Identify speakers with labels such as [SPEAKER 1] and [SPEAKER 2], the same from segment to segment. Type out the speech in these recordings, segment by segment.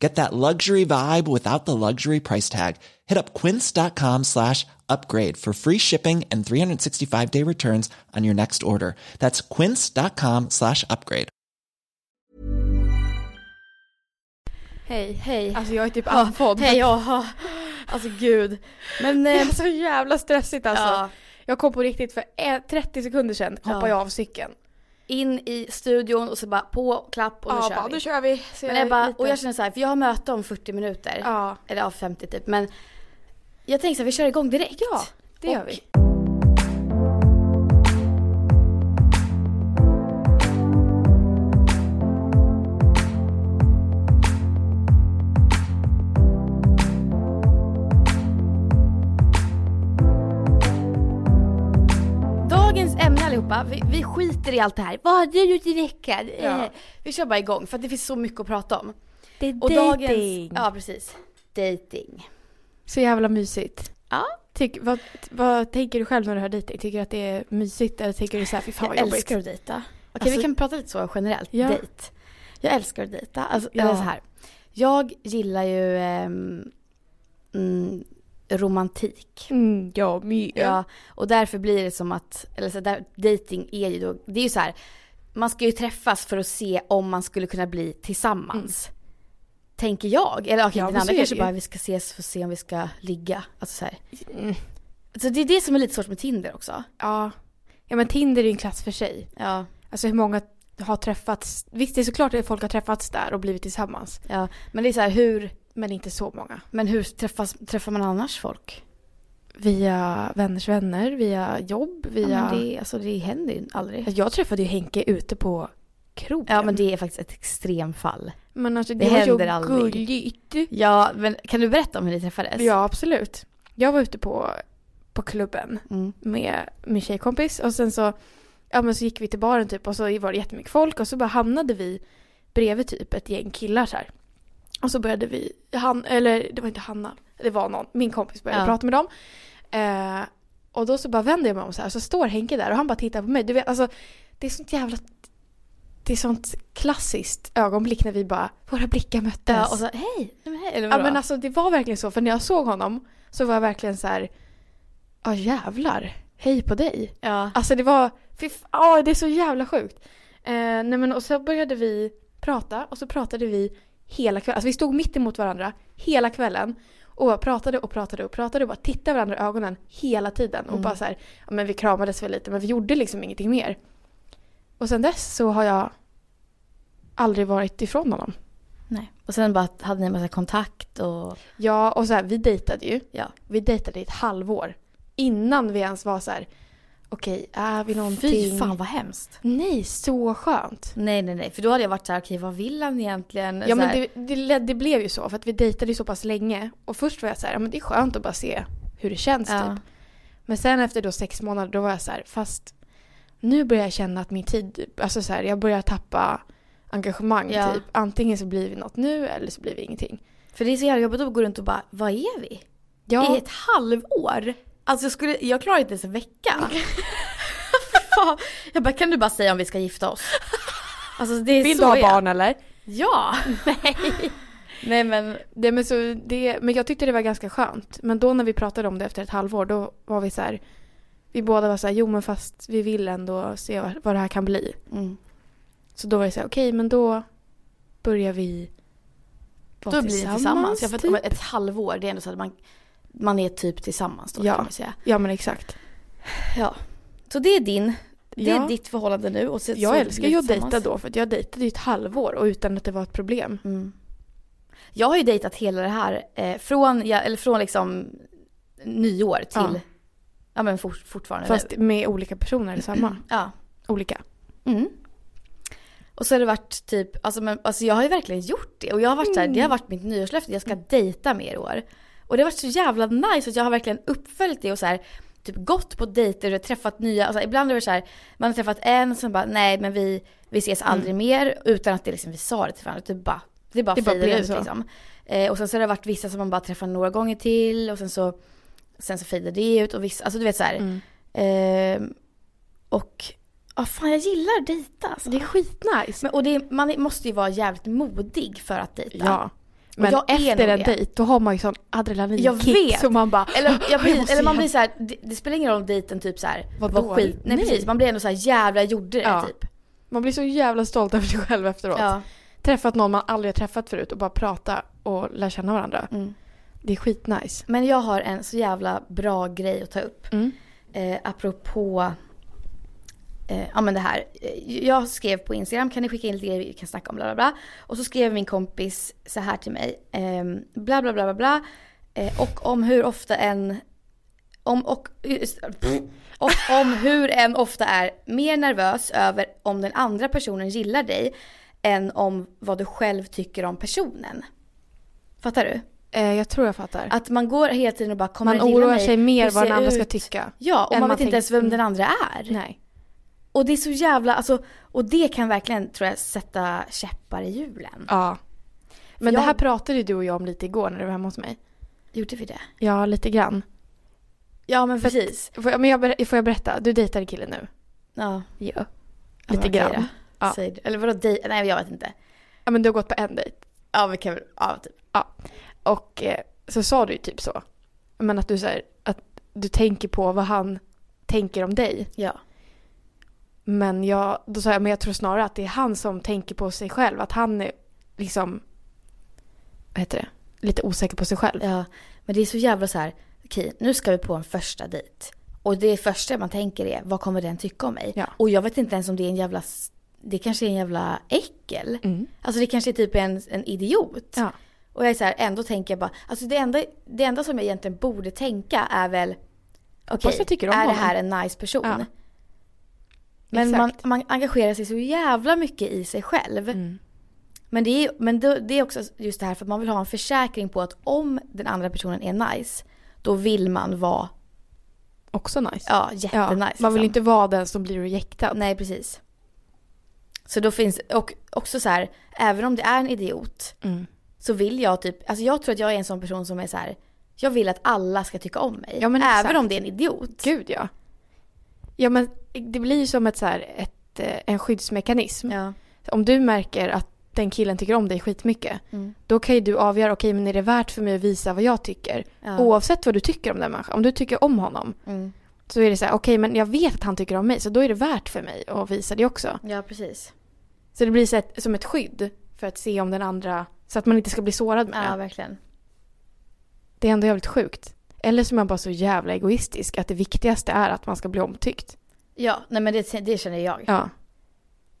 [SPEAKER 1] Get that luxury vibe without the luxury price tag. Hit up quince.com slash upgrade for free shipping and 365 day returns on your next order. That's quince.com slash upgrade.
[SPEAKER 2] Hej, hej.
[SPEAKER 3] Alltså jag är typ
[SPEAKER 2] Ja,
[SPEAKER 3] andfådd.
[SPEAKER 2] Hej, ja.
[SPEAKER 3] Alltså gud. Men
[SPEAKER 2] Det
[SPEAKER 3] eh,
[SPEAKER 2] är så jävla stressigt alltså.
[SPEAKER 3] alltså, jag kom på riktigt för eh, 30 sekunder sedan hoppade
[SPEAKER 2] Ja.
[SPEAKER 3] jag av cykeln.
[SPEAKER 2] In i studion och så bara på, klapp och nu
[SPEAKER 3] ja,
[SPEAKER 2] kör
[SPEAKER 3] bara,
[SPEAKER 2] vi.
[SPEAKER 3] nu kör vi. Så
[SPEAKER 2] Men
[SPEAKER 3] jag är
[SPEAKER 2] Ebba,
[SPEAKER 3] lite-
[SPEAKER 2] och jag känner så här, för jag har möte om 40 minuter.
[SPEAKER 3] Ja.
[SPEAKER 2] Eller ja, 50 typ. Men jag tänkte så här, vi kör igång direkt.
[SPEAKER 3] Ja, det gör
[SPEAKER 2] Och-
[SPEAKER 3] vi.
[SPEAKER 2] Dagens ämne allihopa, vi, vi skiter i allt det här. Vad har du gjort i veckan?
[SPEAKER 3] Ja.
[SPEAKER 2] Eh, vi kör bara igång för att det finns så mycket att prata om.
[SPEAKER 4] Det är
[SPEAKER 2] Och
[SPEAKER 4] dating.
[SPEAKER 2] dagens, ja precis. Dating.
[SPEAKER 3] Så jävla mysigt.
[SPEAKER 2] Ja.
[SPEAKER 3] Tyck, vad, vad tänker du själv när du hör dejting? Tycker du att det är mysigt eller tycker du så här, fy fan
[SPEAKER 2] Jag
[SPEAKER 3] vad jobbigt?
[SPEAKER 2] älskar att dejta. Okej
[SPEAKER 3] Alltså-
[SPEAKER 2] vi kan prata lite så generellt.
[SPEAKER 3] Ja.
[SPEAKER 2] Dejt. Jag älskar att dejta. Alltså,
[SPEAKER 3] Ja.
[SPEAKER 2] eller så här. Jag gillar ju ehm, mm, romantik.
[SPEAKER 3] Mm, ja, my,
[SPEAKER 2] Ja. och därför blir det som att, eller så där, dating är ju då, det är ju så här, man ska ju träffas för att se om man skulle kunna bli tillsammans. Tänker jag. Eller okej,
[SPEAKER 3] Mm. Ja,
[SPEAKER 2] den
[SPEAKER 3] men så
[SPEAKER 2] andra
[SPEAKER 3] är
[SPEAKER 2] kanske
[SPEAKER 3] det ju.
[SPEAKER 2] bara, vi ska ses för att se om vi ska ligga. Alltså så här.
[SPEAKER 3] Mm.
[SPEAKER 2] Så det är det som är lite svårt med Tinder också.
[SPEAKER 3] Ja. ja, men Tinder är ju en klass för sig.
[SPEAKER 2] Ja.
[SPEAKER 3] Alltså hur många har träffats. Visst, det är såklart att folk har träffats där och blivit tillsammans.
[SPEAKER 2] ja. Men det är så här, hur,
[SPEAKER 3] Men inte så många.
[SPEAKER 2] men hur träffas, träffar man annars folk?
[SPEAKER 3] Via vänners vänner, via jobb,
[SPEAKER 2] Ja,
[SPEAKER 3] via... Alltså,
[SPEAKER 2] men det, alltså, det händer ju aldrig.
[SPEAKER 3] Jag träffade ju Henke ute på krogen.
[SPEAKER 2] Ja men det är faktiskt ett extremfall.
[SPEAKER 3] Men alltså,
[SPEAKER 2] det
[SPEAKER 3] det, var
[SPEAKER 2] händer
[SPEAKER 3] ju
[SPEAKER 2] aldrig.
[SPEAKER 3] gulligt.
[SPEAKER 2] Ja men kan du berätta om hur ni träffades?
[SPEAKER 3] Ja, absolut. Jag var ute på, på klubben
[SPEAKER 2] Mm.
[SPEAKER 3] med min tjejkompis och sen så, ja, men så gick vi till baren typ och så var det jättemycket folk och så bara hamnade vi bredvid typ ett gäng killar så här. Och så började vi, han, eller det var inte Hanna, det var någon, min kompis började
[SPEAKER 2] Ja.
[SPEAKER 3] prata med dem. Eh, och då så bara vänder jag mig om så här så står Henke där och han bara tittar på mig. Du vet alltså, det är sånt jävla, det är sånt klassiskt ögonblick när vi bara, våra blickar möttes.
[SPEAKER 2] Ja, och så, hej! nej, men hej, Eller
[SPEAKER 3] Ja
[SPEAKER 2] vadå?
[SPEAKER 3] men alltså det var verkligen så, för när jag såg honom så var jag verkligen så här. ja jävlar, hej på dig.
[SPEAKER 2] ja.
[SPEAKER 3] Alltså det var, fy f- ja det är så jävla sjukt. Eh, nej men och så började vi prata och så pratade vi hela kvällen, alltså vi stod mitt emot varandra hela kvällen och bara pratade och pratade och pratade och bara tittade varandra i ögonen hela tiden och
[SPEAKER 2] Mm.
[SPEAKER 3] bara så här, ja men vi kramades väl lite men vi gjorde liksom ingenting mer. Och sen dess så har jag aldrig varit ifrån honom.
[SPEAKER 2] Nej. Och sen bara hade ni en massa kontakt och...
[SPEAKER 3] Ja, och så här, vi dejtade ju.
[SPEAKER 2] Ja.
[SPEAKER 3] Vi dejtade i ett halvår. Innan vi ens var så här, okej, är vi någonting?
[SPEAKER 2] Fy fan vad hemskt.
[SPEAKER 3] Nej, så skönt.
[SPEAKER 2] Nej nej nej, för då hade jag varit såhär, okej vad vill han egentligen?
[SPEAKER 3] Ja
[SPEAKER 2] Så
[SPEAKER 3] men
[SPEAKER 2] här,
[SPEAKER 3] det, det, led- det blev ju så för att vi dejtade ju så pass länge och först var jag så här, ja men det är skönt att bara se hur det känns
[SPEAKER 2] ja.
[SPEAKER 3] typ. Men sen efter då sex månader då var jag så här, fast nu börjar jag känna att min tid, alltså så här, jag börjar tappa engagemang
[SPEAKER 2] Ja.
[SPEAKER 3] typ. Antingen så blir vi något nu eller så blir vi ingenting.
[SPEAKER 2] För det är så jävla jobbigt att gå runt och bara, vad är vi? I ett halvår? Alltså jag, skulle, jag klarar inte ens en vecka. Fan. jag bara, kan du bara säga om vi ska gifta oss? Alltså det är
[SPEAKER 3] Vill
[SPEAKER 2] så
[SPEAKER 3] du ha
[SPEAKER 2] jag-
[SPEAKER 3] barn eller?
[SPEAKER 2] Ja! Nej. Nej men,
[SPEAKER 3] Det, men, så det, men jag tyckte det var ganska skönt. Men då när vi pratade om det efter ett halvår då var vi så här. Vi båda var så här, jo men fast vi vill ändå se vad- vad det här kan bli.
[SPEAKER 2] mm.
[SPEAKER 3] Så då var det så här, okej men då börjar vi vara
[SPEAKER 2] då blir det tillsammans. Ja, för att
[SPEAKER 3] typ.
[SPEAKER 2] om ett halvår, det är ändå så att man, man är typ tillsammans då
[SPEAKER 3] Ja.
[SPEAKER 2] kan man säga.
[SPEAKER 3] Ja men exakt.
[SPEAKER 2] Ja. Så det är din, det
[SPEAKER 3] ja.
[SPEAKER 2] är ditt förhållande nu. Och så, så
[SPEAKER 3] jag älskar
[SPEAKER 2] blir
[SPEAKER 3] ju
[SPEAKER 2] det
[SPEAKER 3] att dejta
[SPEAKER 2] tillsammans.
[SPEAKER 3] då för att jag dejtade ju ett halvår och utan att det var ett problem.
[SPEAKER 2] Mm. Jag har ju dejtat hela det här, eh, från, ja, eller från liksom nyår till, ja,
[SPEAKER 3] Ja.
[SPEAKER 2] men fort, fortfarande nu.
[SPEAKER 3] Fast med olika personer eller samma.
[SPEAKER 2] Ja.
[SPEAKER 3] Olika.
[SPEAKER 2] Mm. Och så har det varit typ, alltså, men, alltså jag har ju verkligen gjort det. Och jag har varit så här,
[SPEAKER 3] Mm.
[SPEAKER 2] det har varit mitt nyårslöfte, jag ska dejta mer i år. Och det har varit så jävla nice att jag har verkligen uppföljt det och så här, typ gått på dejter och träffat nya, alltså ibland är det så här, man har träffat en som bara nej men vi, vi ses aldrig mer utan att det liksom, vi sa det till varandra, typ bara, det bara
[SPEAKER 3] Mm. Det bara
[SPEAKER 2] fejdade
[SPEAKER 3] blev
[SPEAKER 2] ut
[SPEAKER 3] så.
[SPEAKER 2] liksom. Eh, och sen så har det varit vissa som man bara träffar några gånger till och sen så, sen så fejdar det ut och vissa, alltså du vet så här.
[SPEAKER 3] Mm.
[SPEAKER 2] Ehm, och, ja fan jag gillar att dejta alltså.
[SPEAKER 3] Det är skitnice.
[SPEAKER 2] men, och det, man måste ju vara jävligt modig för att dejta.
[SPEAKER 3] Ja.
[SPEAKER 2] Och
[SPEAKER 3] Men
[SPEAKER 2] jag är
[SPEAKER 3] efter
[SPEAKER 2] nog
[SPEAKER 3] en
[SPEAKER 2] det.
[SPEAKER 3] dejt då har man ju sån
[SPEAKER 2] Jag
[SPEAKER 3] adrenalinkick
[SPEAKER 2] vet.
[SPEAKER 3] så man bara
[SPEAKER 2] Eller, jag blir,
[SPEAKER 3] måste
[SPEAKER 2] eller man
[SPEAKER 3] hem.
[SPEAKER 2] blir så här, det, det spelar ingen roll om dejten typ så här,
[SPEAKER 3] Vad
[SPEAKER 2] var
[SPEAKER 3] dålig.
[SPEAKER 2] skit. Nej,
[SPEAKER 3] Nej.
[SPEAKER 2] precis, man blir ändå så här jävla jag gjorde det
[SPEAKER 3] Ja.
[SPEAKER 2] typ.
[SPEAKER 3] Man blir så jävla stolt över sig själv efteråt.
[SPEAKER 2] Ja.
[SPEAKER 3] Träffat någon man aldrig har träffat förut och bara prata och lära känna varandra.
[SPEAKER 2] Mm.
[SPEAKER 3] Det är skitnice.
[SPEAKER 2] Men jag har en så jävla bra grej att ta upp.
[SPEAKER 3] Mm.
[SPEAKER 2] Eh, apropå eh, ja, men det här. Eh, Jag skrev på Instagram, kan ni skicka in lite grejer vi kan snacka om bla bla bla. Och så skrev min kompis så här till mig. ehm, bla bla bla bla bla. Eh, och om hur ofta en... Om och, just, pff, och om hur en ofta är mer nervös över om den andra personen gillar dig än om vad du själv tycker om personen. Fattar du?
[SPEAKER 3] Eh, jag tror jag fattar.
[SPEAKER 2] Att man går hela tiden och bara kommer
[SPEAKER 3] man
[SPEAKER 2] den gilla
[SPEAKER 3] oroar
[SPEAKER 2] mig?
[SPEAKER 3] sig mer
[SPEAKER 2] Hur
[SPEAKER 3] vad
[SPEAKER 2] ser
[SPEAKER 3] den andra ska
[SPEAKER 2] ut?
[SPEAKER 3] tycka.
[SPEAKER 2] Ja, och
[SPEAKER 3] än
[SPEAKER 2] man
[SPEAKER 3] man
[SPEAKER 2] vet inte
[SPEAKER 3] tänker.
[SPEAKER 2] ens vem
[SPEAKER 3] Mm.
[SPEAKER 2] den andra är.
[SPEAKER 3] Nej.
[SPEAKER 2] Och det är så jävla, alltså, och det kan verkligen tror jag sätta käppar i hjulen.
[SPEAKER 3] Ja. Men
[SPEAKER 2] jag-
[SPEAKER 3] det här pratade ju du och jag om lite igår när du var hemma hos mig.
[SPEAKER 2] Gjorde vi det?
[SPEAKER 3] Ja, lite grann.
[SPEAKER 2] Ja men precis.
[SPEAKER 3] Får jag, men jag, ber- får jag berätta? Du dejtar en kille nu.
[SPEAKER 2] Ja.
[SPEAKER 3] Ja.
[SPEAKER 2] Ja,
[SPEAKER 3] Lite
[SPEAKER 2] men okej
[SPEAKER 3] grann.
[SPEAKER 2] då.
[SPEAKER 3] Ja.
[SPEAKER 2] Säg det. Eller vadå dej- Nej jag vet inte.
[SPEAKER 3] Ja, men du har gått på en dejt.
[SPEAKER 2] Ja vi kan väl, ja typ.
[SPEAKER 3] Och eh, så sa du ju typ så. Men att du så här, att du tänker på vad han tänker om dig.
[SPEAKER 2] Ja.
[SPEAKER 3] Men jag, då sa jag, men jag tror snarare att det är han som tänker på sig själv. Att han är liksom, vad heter det, lite osäker på sig själv.
[SPEAKER 2] ja. Men det är så jävla så här. okej nu ska vi på en första dejt. Och det första man tänker är, vad kommer den tycka om mig?
[SPEAKER 3] Ja.
[SPEAKER 2] Och jag vet inte ens om det är en jävla, s- det kanske är en jävla äckel.
[SPEAKER 3] Mm.
[SPEAKER 2] Alltså det kanske är typ en, en idiot.
[SPEAKER 3] Ja.
[SPEAKER 2] Och jag är så här, ändå tänker jag bara, alltså det enda, det enda som jag egentligen borde tänka är väl Okej,
[SPEAKER 3] jag tycker om
[SPEAKER 2] är det
[SPEAKER 3] honom.
[SPEAKER 2] här en nice person?
[SPEAKER 3] Ja.
[SPEAKER 2] Men man,
[SPEAKER 3] Exakt.
[SPEAKER 2] man engagerar sig så jävla mycket i sig själv.
[SPEAKER 3] Mm.
[SPEAKER 2] Men, det är, men då- det är också just det här för att man vill ha en försäkring på att om den andra personen är nice, då vill man vara
[SPEAKER 3] Också nice.
[SPEAKER 2] ja, jättenice.
[SPEAKER 3] Ja, man vill
[SPEAKER 2] liksom.
[SPEAKER 3] inte vara den som blir rejectad.
[SPEAKER 2] Nej, precis. Så då finns, och också så här, även om det är en idiot,
[SPEAKER 3] Mm.
[SPEAKER 2] så vill jag typ, alltså jag tror att jag är en sån person som är så här. jag vill att alla ska tycka om mig.
[SPEAKER 3] Ja, men
[SPEAKER 2] även
[SPEAKER 3] exakt.
[SPEAKER 2] om det är en idiot.
[SPEAKER 3] Gud ja. Ja men det blir ju som ett så här, ett, eh, en skyddsmekanism.
[SPEAKER 2] Ja.
[SPEAKER 3] Om du märker att den killen tycker om dig skitmycket.
[SPEAKER 2] Mm.
[SPEAKER 3] Då kan ju du avgöra, okej men är det värt för mig att visa vad jag tycker?
[SPEAKER 2] Ja.
[SPEAKER 3] Oavsett vad du tycker om den människan, om du tycker om honom
[SPEAKER 2] Mm.
[SPEAKER 3] så är det så här, okej men jag vet att han tycker om mig så då är det värt för mig att visa det också.
[SPEAKER 2] ja, precis.
[SPEAKER 3] Så det blir så ett, som ett skydd för att se om den andra, så att man inte ska bli sårad med
[SPEAKER 2] Ja,
[SPEAKER 3] det.
[SPEAKER 2] verkligen.
[SPEAKER 3] Det är ändå jävligt sjukt. Eller så är man bara så jävla egoistisk att det viktigaste är att man ska bli omtyckt.
[SPEAKER 2] Ja, nej men det, det känner jag.
[SPEAKER 3] Ja.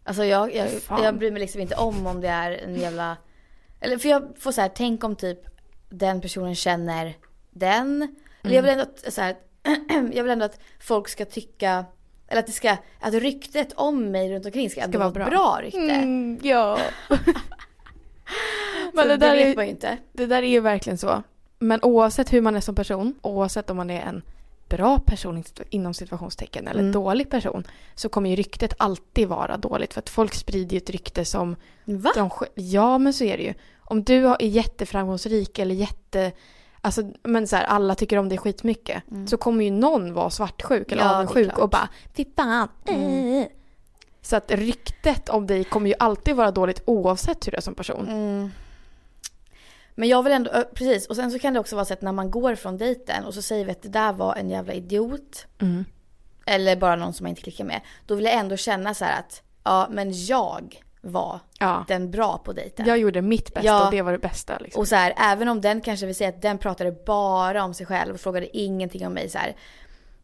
[SPEAKER 2] Alltså jag, jag,
[SPEAKER 3] Fan.
[SPEAKER 2] jag bryr mig liksom inte om om det är en jävla... Eller för jag får så här, tänk om typ den personen känner den. Eller
[SPEAKER 3] Mm.
[SPEAKER 2] jag vill ändå att, så här, jag vill ändå att folk ska tycka, eller att det ska, att ryktet om mig runt omkring ska, ändå
[SPEAKER 3] vara
[SPEAKER 2] vara ett
[SPEAKER 3] bra.
[SPEAKER 2] bra rykte.
[SPEAKER 3] Mm, ja.
[SPEAKER 2] Men
[SPEAKER 3] Men det där,
[SPEAKER 2] vet man
[SPEAKER 3] är,
[SPEAKER 2] ju inte.
[SPEAKER 3] det där är ju verkligen så. Men oavsett hur man är som person, oavsett om man är en bra person in- inom situationstecken eller
[SPEAKER 2] Mm.
[SPEAKER 3] dålig person så kommer ju ryktet alltid vara dåligt för att folk sprider ju ett rykte som
[SPEAKER 2] Va?
[SPEAKER 3] de sj- Ja men så är det ju. Om du har- är jätteframgångsrik eller jätte... Alltså men så här, alla tycker om dig skitmycket
[SPEAKER 2] Mm.
[SPEAKER 3] så kommer ju någon vara svartsjuk eller
[SPEAKER 2] Ja, det är
[SPEAKER 3] avundsjuk
[SPEAKER 2] klart.
[SPEAKER 3] och bara fy fan. eh." Så att ryktet om dig kommer ju alltid vara dåligt oavsett hur du är som person.
[SPEAKER 2] Mm. Men jag vill ändå, ö, precis. Och sen så kan det också vara så att när man går från dejten och så säger vi att det där var en jävla idiot.
[SPEAKER 3] Mm.
[SPEAKER 2] Eller bara någon som man inte klickar med. Då vill jag ändå känna så här att, ja men jag var
[SPEAKER 3] Ja.
[SPEAKER 2] den bra på dejten.
[SPEAKER 3] Jag gjorde mitt bästa
[SPEAKER 2] Ja.
[SPEAKER 3] och det var det bästa. Liksom.
[SPEAKER 2] Och så här, även om den kanske vill säga att den pratade bara om sig själv och frågade ingenting om mig så här.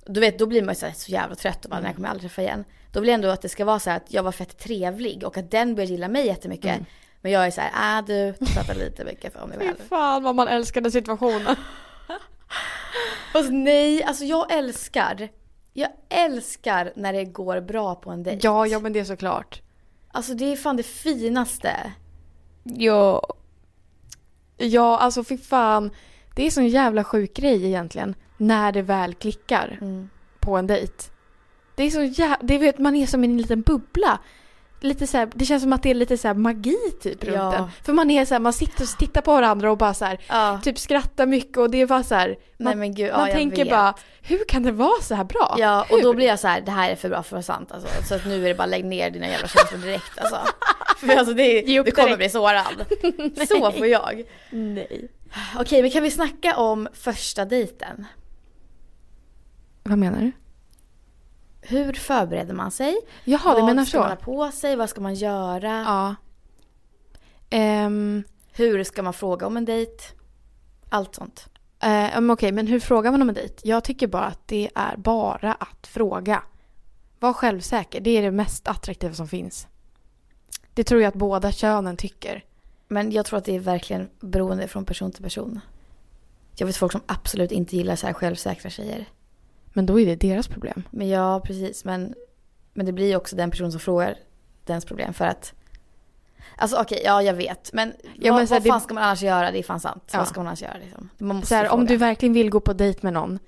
[SPEAKER 2] Du vet, då blir man ju så, här, så jävla trött
[SPEAKER 3] Mm.
[SPEAKER 2] och bara, den här kommer jag aldrig träffa igen. Då vill jag ändå att det ska vara så här att jag var fett trevlig och att den börjar gilla mig jättemycket.
[SPEAKER 3] Mm.
[SPEAKER 2] Men jag är så här, äh du, du pratar lite mycket om dig
[SPEAKER 3] Fy
[SPEAKER 2] själv.
[SPEAKER 3] fan vad man älskade situationen.
[SPEAKER 2] Fast nej, alltså jag älskar, jag älskar när det går bra på en dejt.
[SPEAKER 3] ja, ja men det är såklart.
[SPEAKER 2] Alltså det är fan det finaste.
[SPEAKER 3] Ja. Ja, alltså fy fan. Det är sån jävla sjuk grej egentligen. När det väl klickar
[SPEAKER 2] Mm.
[SPEAKER 3] på en dejt. Det är så jävla... Det vet, man är som i en liten bubbla. Lite så här, det känns som att det är lite så här magi typ runt
[SPEAKER 2] Ja.
[SPEAKER 3] en. För man är så här, man sitter och tittar på varandra och bara så här,
[SPEAKER 2] Ja.
[SPEAKER 3] typ skrattar mycket och det är bara så här. Man,
[SPEAKER 2] Nej men gud, ja,
[SPEAKER 3] man
[SPEAKER 2] jag
[SPEAKER 3] tänker
[SPEAKER 2] vet.
[SPEAKER 3] bara, hur kan det vara så här bra?
[SPEAKER 2] Ja, och
[SPEAKER 3] Hur?
[SPEAKER 2] då blir jag så här, det här är för bra för att vara sant alltså. Så att nu är det bara lägg ner dina jävla känslor direkt alltså. För alltså det,
[SPEAKER 3] Ge
[SPEAKER 2] du
[SPEAKER 3] upp
[SPEAKER 2] kommer
[SPEAKER 3] direkt.
[SPEAKER 2] bli sårad. så får jag.
[SPEAKER 3] Nej.
[SPEAKER 2] Okej, men kan vi snacka om första dejten?
[SPEAKER 3] Vad menar du?
[SPEAKER 2] Hur förbereder man sig?
[SPEAKER 3] Jaha, du
[SPEAKER 2] vad
[SPEAKER 3] menar
[SPEAKER 2] ska
[SPEAKER 3] så?
[SPEAKER 2] man ha på sig? Vad ska man göra?
[SPEAKER 3] Ja. Ehm,
[SPEAKER 2] Hur ska man fråga om en dejt? Allt sånt.
[SPEAKER 3] eh, men Okej, men hur frågar man om en dejt? Jag tycker bara att det är bara att fråga. Var självsäker, det är det mest attraktiva som finns. Det tror jag att båda könen tycker.
[SPEAKER 2] Men jag tror att det är verkligen beroende från person till person. Jag vet folk som absolut inte gillar så här självsäkra tjejer.
[SPEAKER 3] Men då är det deras problem.
[SPEAKER 2] Men ja, precis. Men, men det blir ju också den person som frågar dens problem för att... Alltså okej, ja jag vet. Men,
[SPEAKER 3] Ja,
[SPEAKER 2] vad,
[SPEAKER 3] men så här,
[SPEAKER 2] vad fan
[SPEAKER 3] det-
[SPEAKER 2] ska man annars göra? Det är fan sant.
[SPEAKER 3] Ja.
[SPEAKER 2] Vad ska man annars göra liksom? Man måste
[SPEAKER 3] Så här, om
[SPEAKER 2] fråga.
[SPEAKER 3] du verkligen vill gå på dejt med någon,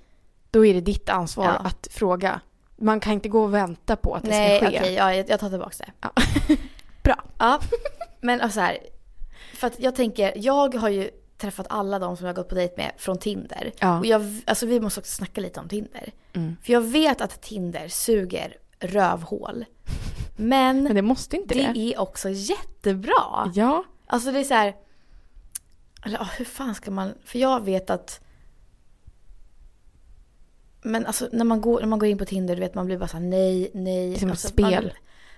[SPEAKER 3] då är det ditt ansvar
[SPEAKER 2] Ja.
[SPEAKER 3] att fråga. Man kan inte gå och vänta på att det
[SPEAKER 2] Nej,
[SPEAKER 3] ska
[SPEAKER 2] okej,
[SPEAKER 3] ske.
[SPEAKER 2] ja, jag, jag tar tillbaka det.
[SPEAKER 3] Ja.
[SPEAKER 2] Bra. Ja, men och så här. För att jag tänker, jag har ju träffat alla de som jag har gått på dejt med från Tinder.
[SPEAKER 3] Ja.
[SPEAKER 2] Och jag, alltså vi måste också snacka lite om Tinder.
[SPEAKER 3] Mm.
[SPEAKER 2] För jag vet att Tinder suger rövhål. Men,
[SPEAKER 3] Men det måste inte
[SPEAKER 2] det
[SPEAKER 3] det. Mm.
[SPEAKER 2] är också jättebra.
[SPEAKER 3] Ja.
[SPEAKER 2] Alltså det är så här. Eller ja, hur fan ska man... För jag vet att... Men alltså när man går, när man går in på Tinder, du vet man blir bara så här, nej, nej.
[SPEAKER 3] Det är som ett
[SPEAKER 2] alltså,
[SPEAKER 3] spel.
[SPEAKER 2] Man,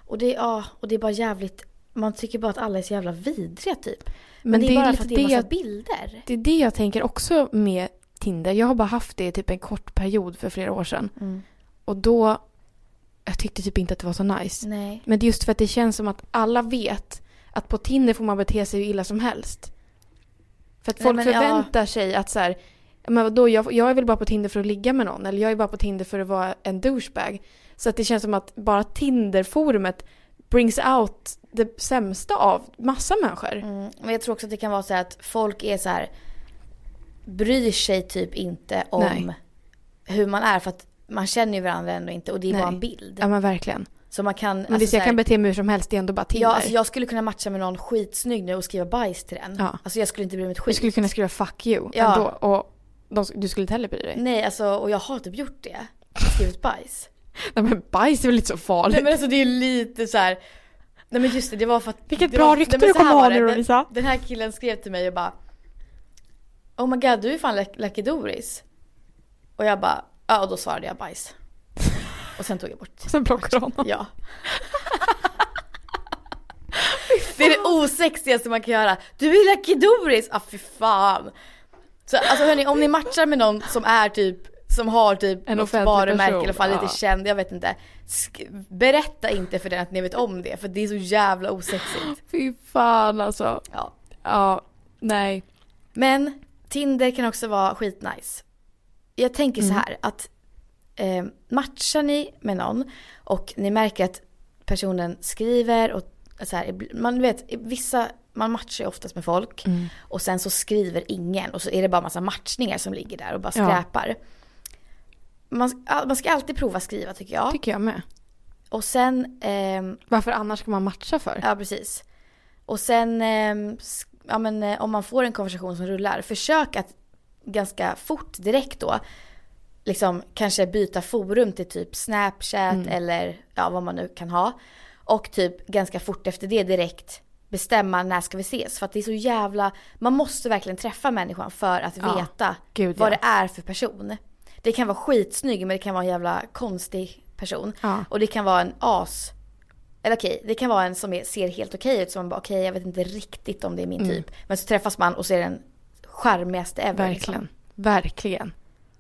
[SPEAKER 2] och, det, är- ja, och det är bara jävligt... Man tycker bara att alla är så jävla vidriga typ. Men, det är bara för att det är massa bilder.
[SPEAKER 3] Det är det jag tänker också med Tinder. Jag har bara haft det i typ en kort period för flera år sedan.
[SPEAKER 2] Mm.
[SPEAKER 3] Och då, jag tyckte typ inte att det var så nice.
[SPEAKER 2] Nej.
[SPEAKER 3] Men det är just för att det känns som att alla vet att på Tinder får man bete sig hur illa som helst. För att
[SPEAKER 2] Nej,
[SPEAKER 3] folk
[SPEAKER 2] men ja.
[SPEAKER 3] förväntar sig att så här, men vadå, jag, jag är väl bara på Tinder för att ligga med någon eller jag är bara på Tinder för att vara en douchebag. Så att det känns som att bara Tinder-forumet brings out det sämsta av massa människor.
[SPEAKER 2] Mm. Men jag tror också att det kan vara så här att folk är så här... Bryr sig typ inte om
[SPEAKER 3] Nej.
[SPEAKER 2] hur man är för att man känner ju varandra ändå inte och det är
[SPEAKER 3] Nej.
[SPEAKER 2] bara en bild.
[SPEAKER 3] Ja men verkligen.
[SPEAKER 2] Så man kan...
[SPEAKER 3] Men visst,
[SPEAKER 2] Alltså, så
[SPEAKER 3] jag
[SPEAKER 2] här-
[SPEAKER 3] kan bete mig hur som helst, det är ändå bara Tinder.
[SPEAKER 2] Ja, alltså jag skulle kunna matcha med någon skitsnygg nu och skriva bajs till den.
[SPEAKER 3] Ja.
[SPEAKER 2] Alltså jag skulle inte bry mig ett
[SPEAKER 3] Du
[SPEAKER 2] skit.
[SPEAKER 3] skulle kunna skriva 'fuck you'
[SPEAKER 2] Ja.
[SPEAKER 3] ändå och de, du skulle inte heller bry dig.
[SPEAKER 2] Nej, alltså och jag har typ gjort det. Skrivit bajs.
[SPEAKER 3] Nej men bajs är väl inte så farligt?
[SPEAKER 2] Nej men alltså det är lite så här. Nej men just det, det var för att...
[SPEAKER 3] Vilket
[SPEAKER 2] det
[SPEAKER 3] bra
[SPEAKER 2] var,
[SPEAKER 3] rykte
[SPEAKER 2] Nej, men
[SPEAKER 3] du
[SPEAKER 2] så här
[SPEAKER 3] kommer
[SPEAKER 2] var
[SPEAKER 3] ha
[SPEAKER 2] det.
[SPEAKER 3] nu,
[SPEAKER 2] Den-
[SPEAKER 3] Lovisa.
[SPEAKER 2] Den här killen skrev till mig och bara Oh my god, du är fan Luck- Lucky Doris. Och jag bara, ja och då svarade jag bajs. Och sen tog jag bort.
[SPEAKER 3] Sen plockar honom.
[SPEAKER 2] Ja. det är det osexigaste man kan göra. Du är Lucky Doris! Ah fy fan. Så alltså hörni, om ni matchar med någon som är typ, som har typ
[SPEAKER 3] En
[SPEAKER 2] något
[SPEAKER 3] offentlig
[SPEAKER 2] varumärke
[SPEAKER 3] person,
[SPEAKER 2] i alla fall,
[SPEAKER 3] ja.
[SPEAKER 2] lite känd, jag vet inte. Sk- berätta inte för den att ni vet om det, för det är så jävla osexigt.
[SPEAKER 3] Fy fan alltså.
[SPEAKER 2] Ja.
[SPEAKER 3] Ja, nej.
[SPEAKER 2] Men Tinder kan också vara skitnice. Jag tänker så här att eh, matchar ni med någon och ni märker att personen skriver och så här, man vet vissa, man matchar ju oftast med folk och sen så skriver ingen och så är det bara massa matchningar som ligger där och bara
[SPEAKER 3] Ja.
[SPEAKER 2] skräpar. Man, man ska alltid prova skriva tycker jag.
[SPEAKER 3] Tycker jag med.
[SPEAKER 2] Och sen ehm,
[SPEAKER 3] Varför annars ska man matcha för?
[SPEAKER 2] Ja, precis. Och sen, ehm, sk- ja, men, eh, om man får en konversation som rullar, försök att ganska fort direkt då, liksom kanske byta forum till typ Snapchat
[SPEAKER 3] Mm.
[SPEAKER 2] eller ja, vad man nu kan ha. Och typ ganska fort efter det direkt bestämma när ska vi ses. För att det är så jävla, man måste verkligen träffa människan för att
[SPEAKER 3] Ja.
[SPEAKER 2] veta
[SPEAKER 3] Gud,
[SPEAKER 2] vad
[SPEAKER 3] ja.
[SPEAKER 2] det är för person. Det kan vara skitsnygg men det kan vara en jävla konstig person.
[SPEAKER 3] Ja.
[SPEAKER 2] Och det kan vara en as eller okej, det kan vara en som är, ser helt okej ut som man bara okej jag vet inte riktigt om det är min
[SPEAKER 3] Mm.
[SPEAKER 2] typ. Men så träffas man och så är den charmigaste ever.
[SPEAKER 3] Verkligen.
[SPEAKER 2] Liksom.
[SPEAKER 3] Verkligen.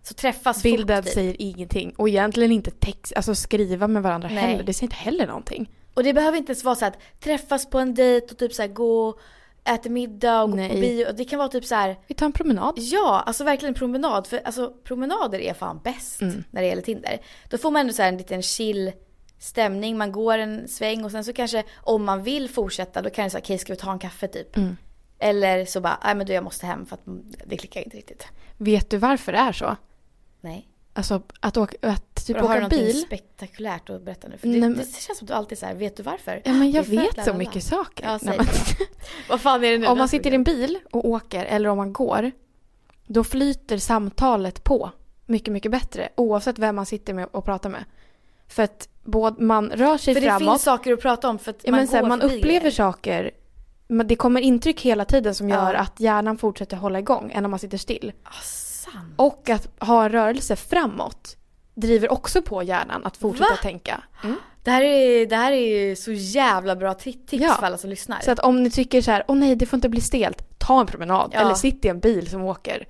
[SPEAKER 2] Så träffas
[SPEAKER 3] Bilden
[SPEAKER 2] fort typ.
[SPEAKER 3] säger ingenting. Och egentligen inte text, alltså skriva med varandra
[SPEAKER 2] Nej.
[SPEAKER 3] heller. Det säger inte heller någonting.
[SPEAKER 2] Och det behöver inte ens vara så att träffas på en dejt och typ så här gå och äta middag och gå på
[SPEAKER 3] Nej.
[SPEAKER 2] bio. Det kan vara typ så här
[SPEAKER 3] Vi tar en promenad.
[SPEAKER 2] ja alltså verkligen promenad. För alltså promenader är fan bäst
[SPEAKER 3] Mm.
[SPEAKER 2] när det gäller Tinder. Då får man ändå så här en liten chill stämning,
[SPEAKER 3] Mm.
[SPEAKER 2] man går en sväng och sen så kanske om man vill fortsätta då kan det säga okej ska vi ta en kaffe typ. Eller så bara, nej men du jag måste hem för att det klickar inte riktigt.
[SPEAKER 3] Vet du varför det är så?
[SPEAKER 2] Nej.
[SPEAKER 3] Alltså att, åka, att typ
[SPEAKER 2] Typ har du
[SPEAKER 3] åka
[SPEAKER 2] någonting
[SPEAKER 3] bil.
[SPEAKER 2] spektakulärt att berätta nu? För
[SPEAKER 3] Nej,
[SPEAKER 2] det,
[SPEAKER 3] men-
[SPEAKER 2] det känns som att du alltid säger, vet du varför?
[SPEAKER 3] Ja men jag
[SPEAKER 2] Det är för att
[SPEAKER 3] vet så
[SPEAKER 2] lära
[SPEAKER 3] mycket
[SPEAKER 2] alla.
[SPEAKER 3] saker.
[SPEAKER 2] Ja,
[SPEAKER 3] Nej,
[SPEAKER 2] säg Vad fan är det nu?
[SPEAKER 3] men, om
[SPEAKER 2] Den
[SPEAKER 3] man sitter i en bil och åker eller om man går. Då flyter samtalet på mycket, mycket bättre. Oavsett vem man sitter med och pratar med. För att både, man rör sig
[SPEAKER 2] För det
[SPEAKER 3] framåt.
[SPEAKER 2] finns saker att prata om för att
[SPEAKER 3] ja,
[SPEAKER 2] man
[SPEAKER 3] men, så här,
[SPEAKER 2] går
[SPEAKER 3] man
[SPEAKER 2] förbi
[SPEAKER 3] upplever
[SPEAKER 2] grejer.
[SPEAKER 3] saker. Men det kommer intryck hela tiden som
[SPEAKER 2] Ja.
[SPEAKER 3] gör att hjärnan fortsätter hålla igång än om man sitter still.
[SPEAKER 2] Ah, sant.
[SPEAKER 3] Och att ha en rörelse framåt driver också på hjärnan att fortsätta
[SPEAKER 2] Va?
[SPEAKER 3] tänka.
[SPEAKER 2] Det här, är, det här är ju så jävla bra ti- tips
[SPEAKER 3] Ja.
[SPEAKER 2] för alla som lyssnar.
[SPEAKER 3] Så att om ni tycker så här, åh nej det får inte bli stelt, ta en promenad
[SPEAKER 2] Ja.
[SPEAKER 3] eller sitt i en bil som åker.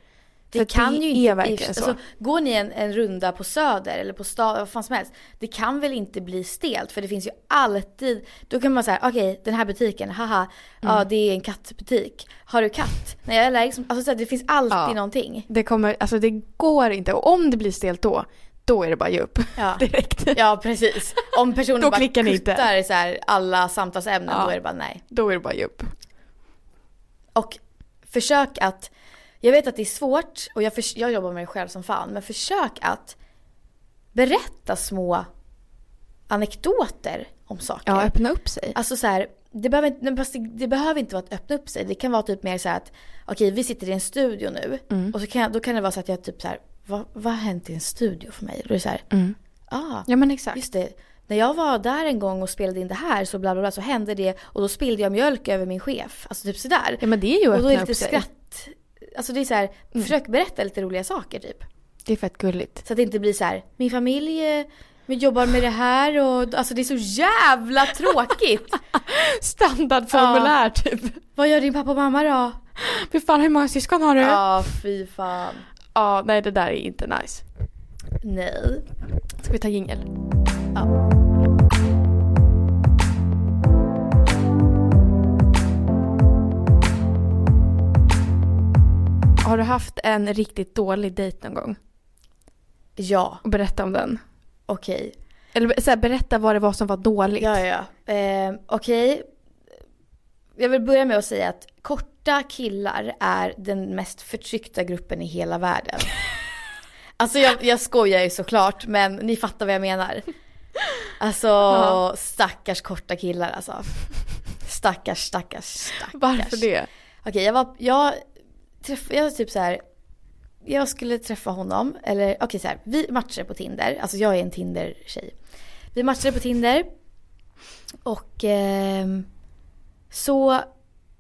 [SPEAKER 3] För
[SPEAKER 2] det
[SPEAKER 3] att
[SPEAKER 2] kan
[SPEAKER 3] det
[SPEAKER 2] ju
[SPEAKER 3] är
[SPEAKER 2] inte bli-
[SPEAKER 3] verkligen så.
[SPEAKER 2] Alltså, går ni en, en runda på Söder eller på stad, vad fan som helst. Det kan väl inte bli stelt för det finns ju alltid, då kan man säga okej den här butiken, haha,
[SPEAKER 3] Mm.
[SPEAKER 2] ja det är en kattbutik. Har du katt? Nej jag är allergisk mot- alltså, så här, det finns alltid
[SPEAKER 3] Ja.
[SPEAKER 2] någonting.
[SPEAKER 3] Det, kommer, alltså, det går inte och om det blir stelt då, då är det bara att ge upp
[SPEAKER 2] Ja.
[SPEAKER 3] direkt.
[SPEAKER 2] Ja precis. Om personen
[SPEAKER 3] Då
[SPEAKER 2] bara
[SPEAKER 3] klickar ni inte.
[SPEAKER 2] kuttar så här, alla samtalsämnen
[SPEAKER 3] Ja.
[SPEAKER 2] då är det bara nej.
[SPEAKER 3] Då är det bara att ge upp.
[SPEAKER 2] Och försök att, jag vet att det är svårt och jag, förs- jag jobbar med det själv som fan, men försök att berätta små anekdoter om saker.
[SPEAKER 3] Ja, öppna upp sig.
[SPEAKER 2] Alltså så här, det behöver, inte, men fast det, det behöver inte vara att öppna upp sig. Det kan vara typ mer så här att, okej vi sitter i en studio nu
[SPEAKER 3] Mm.
[SPEAKER 2] och så kan jag, då kan det vara så att jag typ så här, vad, vad har hänt i en studio för mig? Och då är det så här,
[SPEAKER 3] Mm.
[SPEAKER 2] ah,
[SPEAKER 3] Ja men exakt.
[SPEAKER 2] Just det. När jag var där en gång och spelade in det här så bla bla bla så hände det och då spillde jag mjölk över min chef. Alltså typ sådär.
[SPEAKER 3] Ja men det är ju att
[SPEAKER 2] och då
[SPEAKER 3] öppna
[SPEAKER 2] är det
[SPEAKER 3] upp
[SPEAKER 2] lite
[SPEAKER 3] sig.
[SPEAKER 2] skratt. Alltså det är så här, försök berätta lite roliga saker typ.
[SPEAKER 3] Det är fett gulligt.
[SPEAKER 2] Så att det inte blir så här, min familj eh, vi jobbar med det här och alltså det är så jävla tråkigt.
[SPEAKER 3] Standardformulär typ.
[SPEAKER 2] Vad gör din pappa och mamma då?
[SPEAKER 3] Fy fan hur många syskon har du? Ja.
[SPEAKER 2] Ja, fy fan.
[SPEAKER 3] nej det där är inte nice.
[SPEAKER 2] Nej.
[SPEAKER 3] Ska vi ta jingel? Har du haft en riktigt dålig dejt någon gång?
[SPEAKER 2] Ja,
[SPEAKER 3] Och berätta om den.
[SPEAKER 2] okej.
[SPEAKER 3] Eller så här, berätta vad det var som var dåligt.
[SPEAKER 2] Ja, ja. ja. Eh, Okej. Jag vill börja med att säga att korta killar är den mest förtryckta gruppen i hela världen. Alltså jag, jag skojar ju såklart men ni fattar vad jag menar. Alltså
[SPEAKER 3] Ja.
[SPEAKER 2] stackars korta killar alltså. Stackars, stackars, stackars.
[SPEAKER 3] Varför det?
[SPEAKER 2] Okej, jag var, jag träffade, jag var typ så här. Jag skulle träffa honom, eller okej så här, vi matchade på Tinder. Alltså jag är en Tinder-tjej. Vi matchade på Tinder. Och ehm, så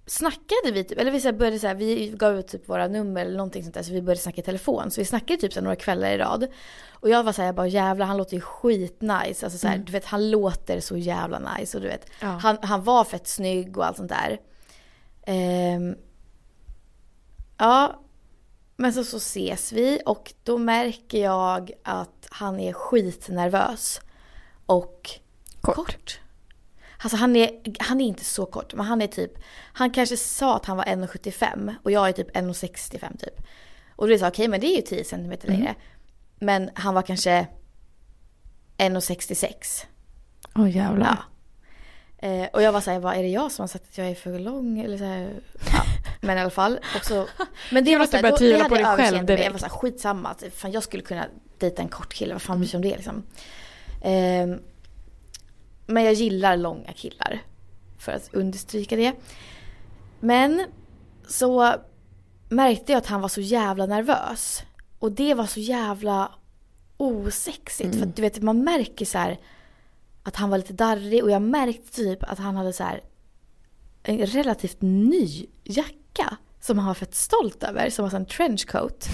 [SPEAKER 2] snackade vi typ, eller vi så här började så här, vi gav ut typ våra nummer eller någonting sånt där så vi började snacka i telefon. Så vi snackade typ så här några kvällar i rad. Och jag var så här, jag bara jävlar han låter ju skitnice. Alltså så här, du vet han låter så jävla nice och du vet.
[SPEAKER 3] Ja.
[SPEAKER 2] Han, han var fett snygg och allt sånt där. Ehm, ja, men så, så ses vi och då märker jag att han är skitnervös. Och
[SPEAKER 3] Kort.
[SPEAKER 2] Alltså han är, han är inte så kort, men han är typ, han kanske sa att han var 1,75 och jag är typ 1,65 typ. Och då är det så okej men det är ju 10 centimeter längre. Men han var kanske 1,66.
[SPEAKER 3] Åh jävlar.
[SPEAKER 2] Ja. Eh, och jag var såhär, vad är det jag som har sagt att jag är för lång? Eller så här, ja. Men i alla fall. Och Typ så, men det
[SPEAKER 3] Kul
[SPEAKER 2] var
[SPEAKER 3] typ att du
[SPEAKER 2] såhär,
[SPEAKER 3] började
[SPEAKER 2] då-
[SPEAKER 3] tvivla
[SPEAKER 2] det hade
[SPEAKER 3] på dig
[SPEAKER 2] jag
[SPEAKER 3] själv
[SPEAKER 2] överseende med. Jag
[SPEAKER 3] direkt.
[SPEAKER 2] var såhär, skitsamma. Alltså, Fan, jag skulle kunna dejta en kort kille, vad fan
[SPEAKER 3] Mm.
[SPEAKER 2] bryr sig om det liksom. Ehm, men jag gillar långa killar. För att understryka det. Men så märkte jag att han var så jävla nervös. Och det var så jävla osexigt.
[SPEAKER 3] Mm.
[SPEAKER 2] För att du vet, man märker så här att han var lite darrig och jag märkte typ att han hade så här en relativt ny jacka som han var fett stolt över, som var så här en trenchcoat.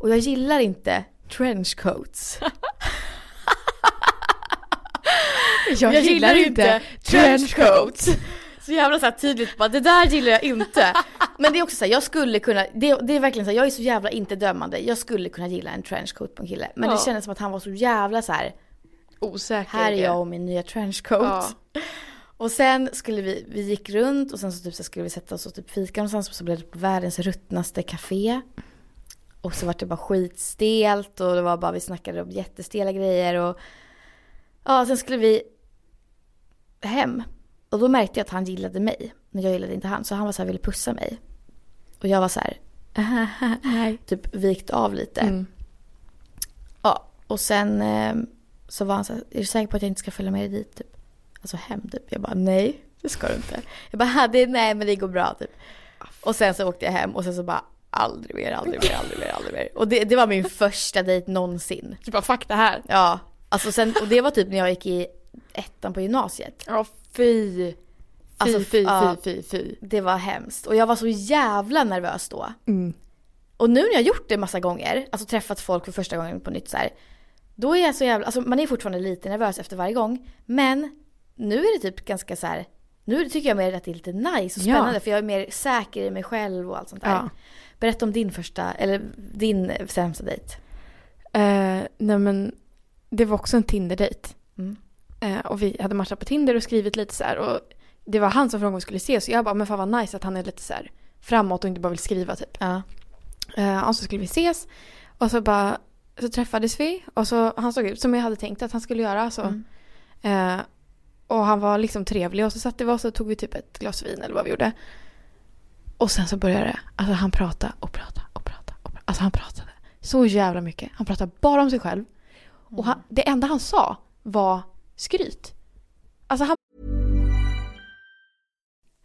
[SPEAKER 2] Och jag gillar inte trenchcoats.
[SPEAKER 3] Jag,
[SPEAKER 2] Jag gillar inte
[SPEAKER 3] trenchcoats.
[SPEAKER 2] Så jävla så här tydligt bara, det där gillar jag inte. Men det är också så här, jag skulle kunna, det, det är verkligen så här, jag är så jävla inte dömande. Jag skulle kunna gilla en trenchcoat på en kille. Men det
[SPEAKER 3] Ja.
[SPEAKER 2] kändes som att han var så jävla så här,
[SPEAKER 3] Osäker.
[SPEAKER 2] här är jag och min nya trenchcoat.
[SPEAKER 3] Ja.
[SPEAKER 2] Och sen skulle vi, vi gick runt och sen så typ så skulle vi sätta oss och typ fika någonstans och så blev det på världens ruttnaste café. Och så var det bara skitstelt och det var bara vi snackade om jättestela grejer och ja, sen skulle vi hem. Och då märkte jag att han gillade mig, men jag gillade inte han. Så han var så här, ville pussa mig. Och jag var så här,
[SPEAKER 3] Nej.
[SPEAKER 2] typ vikt av lite.
[SPEAKER 3] Mm.
[SPEAKER 2] Ja, och sen eh, så var han så här, är du säker på att jag inte ska följa med dig dit? Typ? Alltså hem typ. Jag bara, nej det ska du inte. Jag bara, "Ja, det, nej men det går bra typ. Och sen så åkte jag hem och sen så bara, aldrig mer, aldrig mer, aldrig mer, aldrig mer. Och det, det var min första dejt någonsin.
[SPEAKER 3] Du Typ bara fuck det här.
[SPEAKER 2] Ja, alltså sen, och det var typ när jag gick i ettan på gymnasiet.
[SPEAKER 3] Ja fy.
[SPEAKER 2] Alltså,
[SPEAKER 3] Fy, fy,
[SPEAKER 2] ja.
[SPEAKER 3] fy, fy, fy.
[SPEAKER 2] Det var hemskt. Och jag var så jävla nervös då.
[SPEAKER 3] Mm.
[SPEAKER 2] Och nu när jag gjort det massa gånger, alltså träffat folk för första gången på nytt så här, Då är jag så jävla, alltså man är fortfarande lite nervös efter varje gång. Men nu är det typ ganska så här. nu tycker jag mer att det är lite nice och
[SPEAKER 3] Ja.
[SPEAKER 2] spännande för jag är mer säker i mig själv och allt sånt där.
[SPEAKER 3] Ja.
[SPEAKER 2] Berätta om din första, eller din sämsta dejt.
[SPEAKER 3] Eh, nej men det var också en Tinder-dejt.
[SPEAKER 2] Mm.
[SPEAKER 3] Eh, och vi hade matchat på Tinder och skrivit lite så här. Och det var han som frågade om vi skulle ses. Så jag bara, men fan vad nice att han är lite så här framåt och inte bara vill skriva typ.
[SPEAKER 2] Ja.
[SPEAKER 3] Eh, och så skulle vi ses. Och så bara, så träffades vi. Och så, han såg ut som jag hade tänkt att han skulle göra. Så.
[SPEAKER 2] Mm.
[SPEAKER 3] Eh, och han var liksom trevlig. Och så satte vi oss och tog vi typ ett glas vin eller vad vi gjorde. Och sen så började det. Alltså han pratade och pratade och pratade. Och pratade. Alltså han pratade så jävla mycket. Han pratade bara om sig själv. Och
[SPEAKER 2] Mm.
[SPEAKER 3] han, det enda han sa var skryt. Alltså han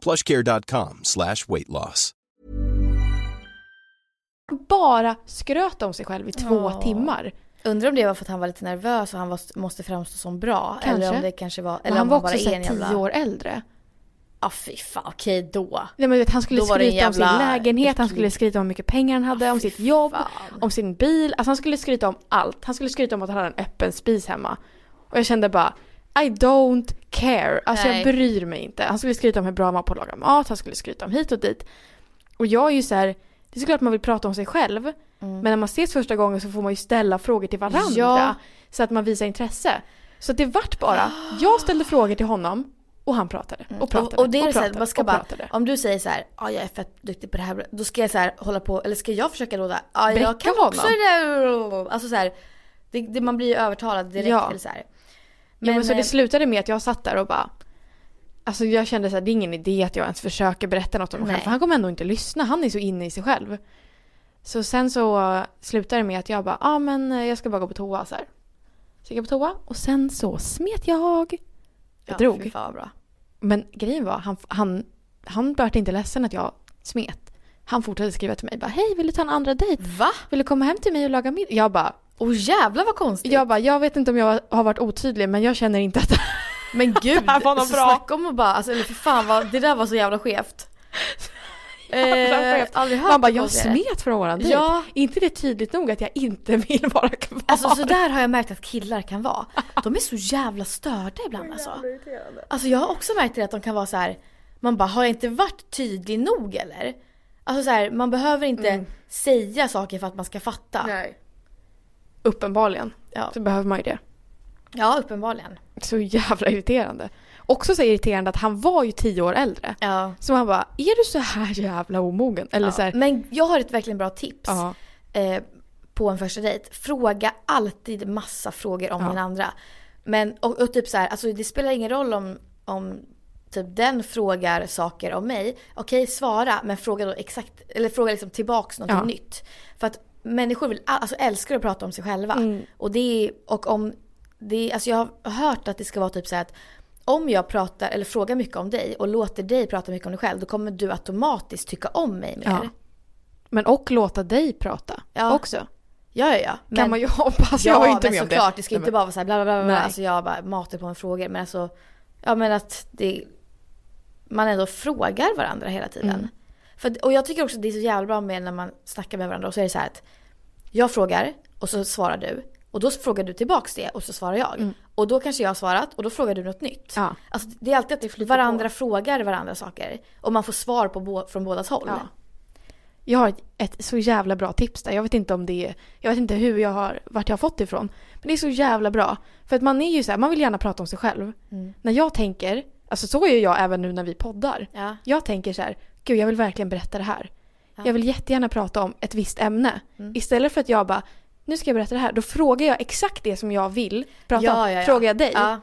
[SPEAKER 5] plushcare.com slash weight loss.
[SPEAKER 3] bara skröt om sig själv i två
[SPEAKER 2] Ja.
[SPEAKER 3] timmar.
[SPEAKER 2] Undrar om det var för att han var lite nervös och han var, måste framstå som bra. Eller
[SPEAKER 3] Kanske.
[SPEAKER 2] om det kanske var,
[SPEAKER 3] Eller
[SPEAKER 2] eller
[SPEAKER 3] han
[SPEAKER 2] om
[SPEAKER 3] var
[SPEAKER 2] han bara
[SPEAKER 3] också så
[SPEAKER 2] är
[SPEAKER 3] här
[SPEAKER 2] en
[SPEAKER 3] tio
[SPEAKER 2] jävla...
[SPEAKER 3] år äldre.
[SPEAKER 2] Ja fy fan, okej då.
[SPEAKER 3] Nej, men du vet, han skulle
[SPEAKER 2] Då var det en
[SPEAKER 3] skryta om sin
[SPEAKER 2] jävla
[SPEAKER 3] lägenhet, han
[SPEAKER 2] äcklig-
[SPEAKER 3] skulle skryta om hur mycket pengar han hade, om
[SPEAKER 2] fy
[SPEAKER 3] sitt jobb,
[SPEAKER 2] fan.
[SPEAKER 3] om sin bil. Alltså han skulle skryta om allt. Han skulle skryta om att han hade en öppen spis hemma. Och jag kände bara I don't care. Alltså
[SPEAKER 2] Nej.
[SPEAKER 3] jag bryr mig inte. Han skulle skryta om hur bra han var på att laga mat, han skulle skryta om hit och dit. Och jag är ju så här, det är såklart man vill prata om sig själv.
[SPEAKER 2] Mm.
[SPEAKER 3] Men när man ses första gången så får man ju ställa frågor till varandra.
[SPEAKER 2] Ja.
[SPEAKER 3] Så att man visar intresse. Så det vart bara, jag ställde frågor till honom och han pratade och pratade
[SPEAKER 2] Mm. och, och det är
[SPEAKER 3] och
[SPEAKER 2] så här,
[SPEAKER 3] pratade
[SPEAKER 2] man ska
[SPEAKER 3] och
[SPEAKER 2] bara,
[SPEAKER 3] pratade.
[SPEAKER 2] om du säger så här, ja jag är fett duktig på det här, då ska jag så här hålla på, eller ska jag försöka råda, ja jag
[SPEAKER 3] Bräcka
[SPEAKER 2] kan
[SPEAKER 3] honom.
[SPEAKER 2] också det där. Alltså så här, det, det, man blir ju övertalad direkt.
[SPEAKER 3] Ja.
[SPEAKER 2] Eller så här.
[SPEAKER 3] Men, men så
[SPEAKER 2] eh,
[SPEAKER 3] det slutade med att jag satt där och bara Alltså jag kände såhär, det är ingen idé att jag ens försöker berätta något om mig
[SPEAKER 2] Nej.
[SPEAKER 3] själv. För han kommer ändå inte lyssna, han är så inne i sig själv. Så sen så eh, slutade det med att jag bara, ja ah, men eh, jag ska bara gå på toa så här. Så gick jag på toa och sen så smet jag. Jag
[SPEAKER 2] ja,
[SPEAKER 3] drog.
[SPEAKER 2] fy fan vad bra.
[SPEAKER 3] Men grejen var, han, han, han blev inte ledsen att jag smet. Han fortsatte skriva till mig bara, hej vill du ta en andra dejt?
[SPEAKER 2] Va?
[SPEAKER 3] Vill du komma hem till mig och laga middag? Jag bara,
[SPEAKER 2] Åh jävlar vad konstigt.
[SPEAKER 3] jag bara, jag vet inte om jag har varit otydlig men jag känner inte att
[SPEAKER 2] Men gud,
[SPEAKER 3] Det här var
[SPEAKER 2] så
[SPEAKER 3] nog bra.
[SPEAKER 2] snacka om att bara, alltså eller för fan vad, det där var så jävla skevt.
[SPEAKER 3] Jävla skevt.
[SPEAKER 2] Eh, aldrig hört
[SPEAKER 3] Man bara,
[SPEAKER 2] något
[SPEAKER 3] jag
[SPEAKER 2] konstigare.
[SPEAKER 3] smet från våran dejt.
[SPEAKER 2] Ja.
[SPEAKER 3] Är inte det tydligt nog att jag inte vill vara kvar?
[SPEAKER 2] Alltså sådär har jag märkt att killar kan vara. De är så jävla störda ibland alltså. Alltså jag har också märkt det att de kan vara så här. man bara har jag inte varit tydlig nog eller? Alltså så här, man behöver inte
[SPEAKER 3] Mm.
[SPEAKER 2] säga saker för att man ska fatta.
[SPEAKER 3] Uppenbarligen
[SPEAKER 2] Ja.
[SPEAKER 3] så behöver man ju det.
[SPEAKER 2] ja, uppenbarligen.
[SPEAKER 3] Så jävla irriterande. Också så irriterande att han var ju tio år äldre.
[SPEAKER 2] Ja.
[SPEAKER 3] Så man bara, är du så här jävla omogen? Eller
[SPEAKER 2] Ja.
[SPEAKER 3] så här,
[SPEAKER 2] Men jag har ett verkligen bra tips.
[SPEAKER 3] ja.
[SPEAKER 2] eh, på en första dejt. Fråga alltid massa frågor om
[SPEAKER 3] Ja.
[SPEAKER 2] den andra. Men, och, och typ så här, alltså det spelar ingen roll om, om typ den frågar saker om mig. Okej, svara, men fråga då exakt, eller fråga liksom tillbaks något
[SPEAKER 3] Ja.
[SPEAKER 2] nytt. För att människor vill, all- alltså älskar att prata om sig själva.
[SPEAKER 3] Mm.
[SPEAKER 2] Och det är, och om det är, alltså jag har hört att det ska vara typ så här att om jag pratar eller frågar mycket om dig och låter dig prata mycket om dig själv, då kommer du automatiskt tycka om mig mer.
[SPEAKER 3] Ja. Men och låta dig prata
[SPEAKER 2] Ja.
[SPEAKER 3] också.
[SPEAKER 2] Ja, ja, ja.
[SPEAKER 3] kan
[SPEAKER 2] Men-
[SPEAKER 3] man ju hoppas.
[SPEAKER 2] Ja,
[SPEAKER 3] jag var ju inte
[SPEAKER 2] men
[SPEAKER 3] med om det.
[SPEAKER 2] såklart. Det ska
[SPEAKER 3] Nej,
[SPEAKER 2] Alltså, inte bara vara såhär bla bla bla. bla.
[SPEAKER 3] Nej.
[SPEAKER 2] Alltså jag bara matar på en fråga. Men alltså, ja men att det, man ändå frågar varandra hela tiden.
[SPEAKER 3] Mm.
[SPEAKER 2] För, att- och jag tycker också att det är så jävla bra med när man snackar med varandra och så är det så här att jag frågar och så svarar du. Och då frågar du tillbaks det och så svarar jag. Och då kanske jag har svarat och då frågar du något nytt.
[SPEAKER 3] Mm. Ja.
[SPEAKER 2] Alltså det är alltid att varandra frågar varandra saker. Och man får svar på bå- från bådas håll.
[SPEAKER 3] Ja. Jag har ett- ett så jävla bra tips där. Jag vet inte om det är, jag vet inte hur jag har, vart jag har fått det ifrån. Men det är så jävla bra. För att man är ju så här, man vill gärna prata om sig själv.
[SPEAKER 2] Mm.
[SPEAKER 3] När jag tänker, alltså så är ju jag även nu när vi poddar.
[SPEAKER 2] Ja.
[SPEAKER 3] Jag tänker så här, gud jag vill verkligen berätta det här. Jag vill jättegärna prata om ett visst ämne.
[SPEAKER 2] Mm.
[SPEAKER 3] Istället för att jag bara, nu ska jag berätta det här. Då frågar jag exakt det som jag vill prata
[SPEAKER 2] Ja,
[SPEAKER 3] om.
[SPEAKER 2] ja, ja.
[SPEAKER 3] Frågar jag dig.
[SPEAKER 2] Ja,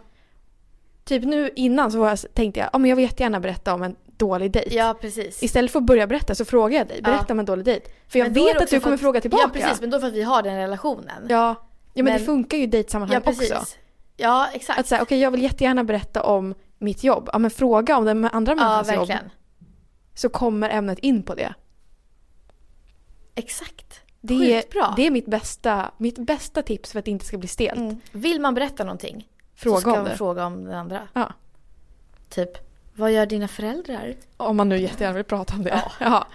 [SPEAKER 3] Typ nu innan så var jag, tänkte jag, ja men jag vill jättegärna berätta om en dålig dejt.
[SPEAKER 2] ja precis.
[SPEAKER 3] Istället för att börja berätta så frågar jag dig, berätta
[SPEAKER 2] Ja.
[SPEAKER 3] om en dålig dejt. För jag
[SPEAKER 2] Men då är det
[SPEAKER 3] vet att
[SPEAKER 2] också
[SPEAKER 3] du
[SPEAKER 2] för
[SPEAKER 3] kommer
[SPEAKER 2] att-
[SPEAKER 3] fråga tillbaka.
[SPEAKER 2] Ja precis, men då för att vi har den relationen.
[SPEAKER 3] ja. ja men,
[SPEAKER 2] Men-
[SPEAKER 3] det funkar ju i dejtsammanhang också.
[SPEAKER 2] Ja exakt.
[SPEAKER 3] Att säga, okej jag vill jättegärna berätta om mitt jobb. Ja men fråga om den andra
[SPEAKER 2] ja
[SPEAKER 3] människans jobb.
[SPEAKER 2] verkligen.
[SPEAKER 3] Så kommer ämnet in på det.
[SPEAKER 2] Exakt.
[SPEAKER 3] Det
[SPEAKER 2] Sjukt
[SPEAKER 3] är,
[SPEAKER 2] bra.
[SPEAKER 3] det är mitt, bästa, mitt bästa tips för att det inte ska bli stelt.
[SPEAKER 2] Mm. Vill man berätta någonting så
[SPEAKER 3] Fråga
[SPEAKER 2] ska
[SPEAKER 3] om
[SPEAKER 2] man
[SPEAKER 3] det.
[SPEAKER 2] fråga om den andra.
[SPEAKER 3] Ja.
[SPEAKER 2] Typ, vad gör dina föräldrar?
[SPEAKER 3] Om man nu jättegärna vill prata om det. Ja.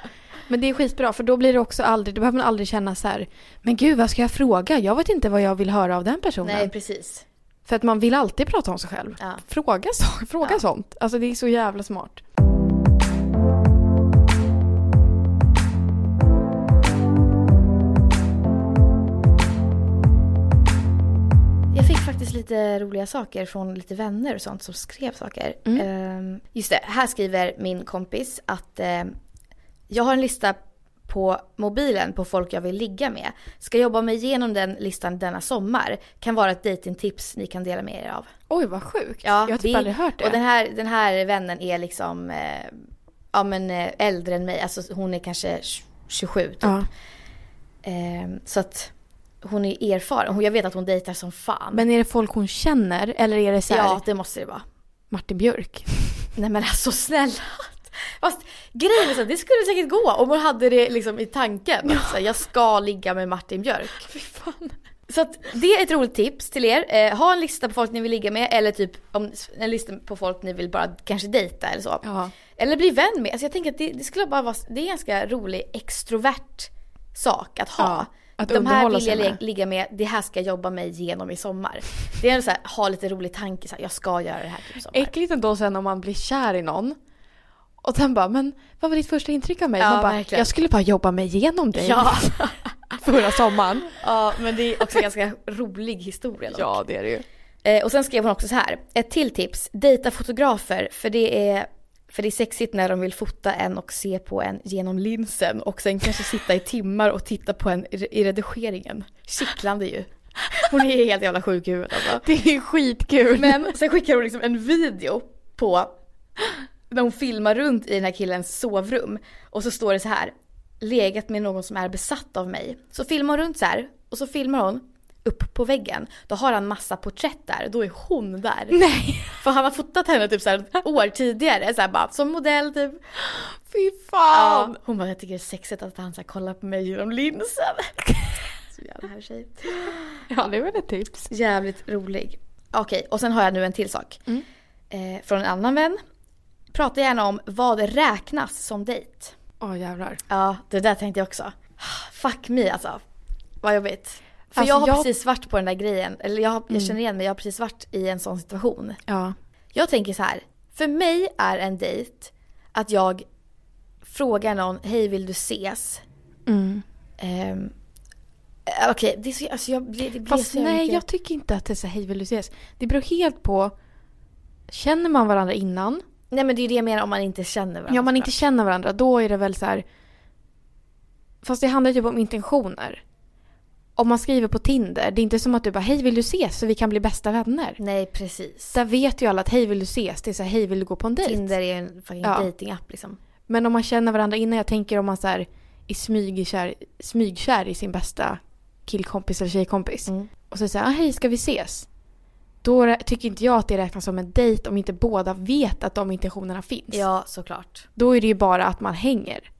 [SPEAKER 3] Men det är skitbra för då blir det också aldrig, då behöver man aldrig känna så här, men gud vad ska jag fråga? Jag vet inte vad jag vill höra av den personen.
[SPEAKER 2] Nej precis.
[SPEAKER 3] För att man vill alltid prata om sig själv.
[SPEAKER 2] Ja.
[SPEAKER 3] Fråga, så, fråga sånt. Alltså det är så jävla smart.
[SPEAKER 2] Jag fick faktiskt lite roliga saker från lite vänner och sånt som skrev saker. Ehm, just det, här skriver min kompis att ehm, jag har en lista på mobilen på folk jag vill ligga med. Ska jobba mig igenom den listan denna sommar. Kan vara ett dejtingtips ni kan dela med er av.
[SPEAKER 3] Oj vad sjukt.
[SPEAKER 2] Ja,
[SPEAKER 3] jag har typ
[SPEAKER 2] det-
[SPEAKER 3] aldrig hört det.
[SPEAKER 2] Och den här, den här vännen är liksom eh, ja, men, eh, äldre än mig. Alltså, hon är kanske tj- 27 typ.
[SPEAKER 3] ja.
[SPEAKER 2] Eh, så att hon är erfaren. Hon- Jag vet att hon dejtar som fan.
[SPEAKER 3] Men är det folk hon känner eller är det så här,
[SPEAKER 2] ja, det måste det vara.
[SPEAKER 3] Martin Björk?
[SPEAKER 2] Nej men alltså snälla. Fast grejen är så att det skulle säkert gå om hon hade det liksom i tanken. att Så här, jag ska ligga med Martin Björk.
[SPEAKER 3] Fy fan.
[SPEAKER 2] Så att det är ett roligt tips till er. Eh, ha en lista på folk ni vill ligga med eller typ om, en lista på folk ni vill bara kanske dejta eller så.
[SPEAKER 3] Ja.
[SPEAKER 2] Eller bli vän med. Alltså jag tänker att det, det skulle bara vara, det är en ganska rolig extrovert sak att ha.
[SPEAKER 3] Ja, att
[SPEAKER 2] De här
[SPEAKER 3] underhålla
[SPEAKER 2] vill jag
[SPEAKER 3] sig
[SPEAKER 2] le-
[SPEAKER 3] med.
[SPEAKER 2] ligga med, det här ska jag jobba mig igenom i sommar. Det är en så här, ha lite rolig tanke så här, jag ska göra det här typ i sommar.
[SPEAKER 3] Äckligt ändå sen om man blir kär i någon. Och sen bara, men vad var ditt första intryck av mig?
[SPEAKER 2] Ja,
[SPEAKER 3] man bara,
[SPEAKER 2] verkligen.
[SPEAKER 3] jag skulle bara jobba mig igenom dig
[SPEAKER 2] Ja.
[SPEAKER 3] förra sommaren.
[SPEAKER 2] ja, men det är också en ganska rolig historia. dock.
[SPEAKER 3] Ja, det är det ju.
[SPEAKER 2] Eh, och sen skrev hon också så här, ett till tips, dejta fotografer för det är för det är sexigt när de vill fota en och se på en genom linsen och sen kanske sitta i timmar och titta på en i i redigeringen. Kittlande ju. Hon är helt jävla sjuk i huvudet alltså.
[SPEAKER 3] Det är ju skitkul.
[SPEAKER 2] Men sen skickar hon liksom en video på när hon filmar runt i den här killens sovrum. Och så står det så här. Legat med någon som är besatt av mig. Så filmar hon runt så här. Och så filmar hon upp på väggen. Då har han massa porträtt där. Då är hon där.
[SPEAKER 3] Nej,
[SPEAKER 2] För han har fotat henne typ så här ett år tidigare. Så här bara, som modell typ.
[SPEAKER 3] fy fan.
[SPEAKER 2] Ja, hon bara, jag tycker det är sexigt att han så här kollar på mig genom linsen. Så jävla här tjej.
[SPEAKER 3] Ja, det är väl ett tips.
[SPEAKER 2] Jävligt rolig. Okej, och sen har jag nu en till sak. Eh, från en annan vän. Prata gärna om vad räknas som dejt.
[SPEAKER 3] Åh jävlar.
[SPEAKER 2] Ja, det där tänkte jag också. Fuck me alltså. Vad jobbigt. För
[SPEAKER 3] Alltså,
[SPEAKER 2] jag Mm. har
[SPEAKER 3] jag-
[SPEAKER 2] precis varit på den där grejen. Eller jag, har, jag känner igen mig, jag har precis varit i en sån situation.
[SPEAKER 3] Ja.
[SPEAKER 2] Jag tänker så här. För mig är en dejt att jag frågar någon, hej vill du ses?
[SPEAKER 3] Mm.
[SPEAKER 2] Ehm, eh, Okej, det är så, alltså jag, det, det blir
[SPEAKER 3] Fast
[SPEAKER 2] så
[SPEAKER 3] nej,
[SPEAKER 2] mycket-
[SPEAKER 3] jag tycker inte att det är så hej vill du ses. Det beror helt på Känner man varandra innan?
[SPEAKER 2] Nej men det är ju det jag menar om man inte känner varandra.
[SPEAKER 3] Ja, om man inte känner varandra då är det väl så här... Fast det handlar ju typ om intentioner. Om man skriver på Tinder, det är inte som att du bara hej vill du ses så vi kan bli bästa vänner.
[SPEAKER 2] Nej precis.
[SPEAKER 3] Där vet ju alla att hej vill du ses, det är så här, hej vill du gå på en dejt?
[SPEAKER 2] Tinder är ju en fucking
[SPEAKER 3] Ja.
[SPEAKER 2] datingapp liksom.
[SPEAKER 3] Men om man känner varandra innan, jag tänker om man så här är smygkär, smygkär i sin bästa killkompis eller tjejkompis.
[SPEAKER 2] Mm.
[SPEAKER 3] Och så säger ah, hej ska vi ses? Då rä- tycker inte jag att det räknas som en dejt om inte båda vet att de intentionerna finns.
[SPEAKER 2] Ja såklart.
[SPEAKER 3] Då är det ju bara att man hänger.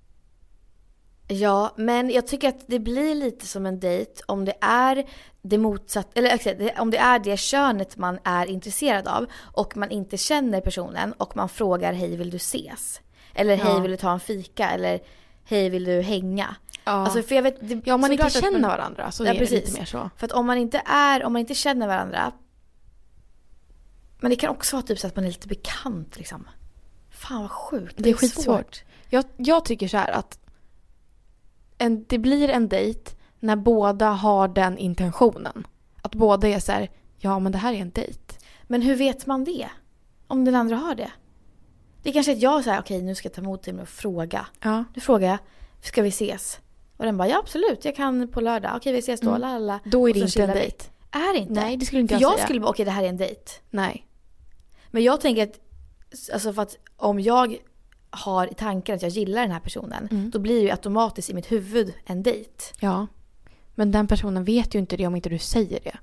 [SPEAKER 2] Ja, men jag tycker att det blir lite som en dejt om det är det motsatt, eller exakt, det- om det är det könet man är intresserad av och man inte känner personen och man frågar hej vill du ses? Eller hej
[SPEAKER 3] Ja.
[SPEAKER 2] vill du ta en fika? Eller hej vill du hänga?
[SPEAKER 3] Ja.
[SPEAKER 2] Alltså för jag vet, det,
[SPEAKER 3] Ja, om man inte
[SPEAKER 2] såklart att
[SPEAKER 3] känner
[SPEAKER 2] man-
[SPEAKER 3] varandra så
[SPEAKER 2] Ja,
[SPEAKER 3] är det
[SPEAKER 2] precis.
[SPEAKER 3] lite mer så.
[SPEAKER 2] För att om man inte är, om man inte känner varandra. Men det kan också vara typ så att man är lite bekant liksom. Fan vad sjukt.
[SPEAKER 3] Det är skitsvårt. Jag, jag tycker så här att en, det blir en dejt när båda har den intentionen. Att båda är så här, ja men det här är en dejt.
[SPEAKER 2] Men hur vet man det? Om den andra har det? Det är kanske att jag säger okej nu ska jag ta emot dig och fråga.
[SPEAKER 3] Ja.
[SPEAKER 2] Nu frågar jag, ska vi ses? Och den bara ja absolut, jag kan på lördag. Okej vi ses då,
[SPEAKER 3] Mm.
[SPEAKER 2] la la, la.
[SPEAKER 3] Då är
[SPEAKER 2] Och så
[SPEAKER 3] det inte en
[SPEAKER 2] chillar vi.
[SPEAKER 3] dejt.
[SPEAKER 2] Är det inte?
[SPEAKER 3] Nej, det skulle inte
[SPEAKER 2] För
[SPEAKER 3] jag,
[SPEAKER 2] jag
[SPEAKER 3] säga.
[SPEAKER 2] skulle bara, okej det här är en dejt.
[SPEAKER 3] Nej.
[SPEAKER 2] Men jag tänker att, alltså för att om jag har i tanken att jag gillar den här personen.
[SPEAKER 3] Mm.
[SPEAKER 2] Då blir det ju automatiskt i mitt huvud en dejt.
[SPEAKER 3] Ja. Men den personen vet ju inte det om inte du säger det.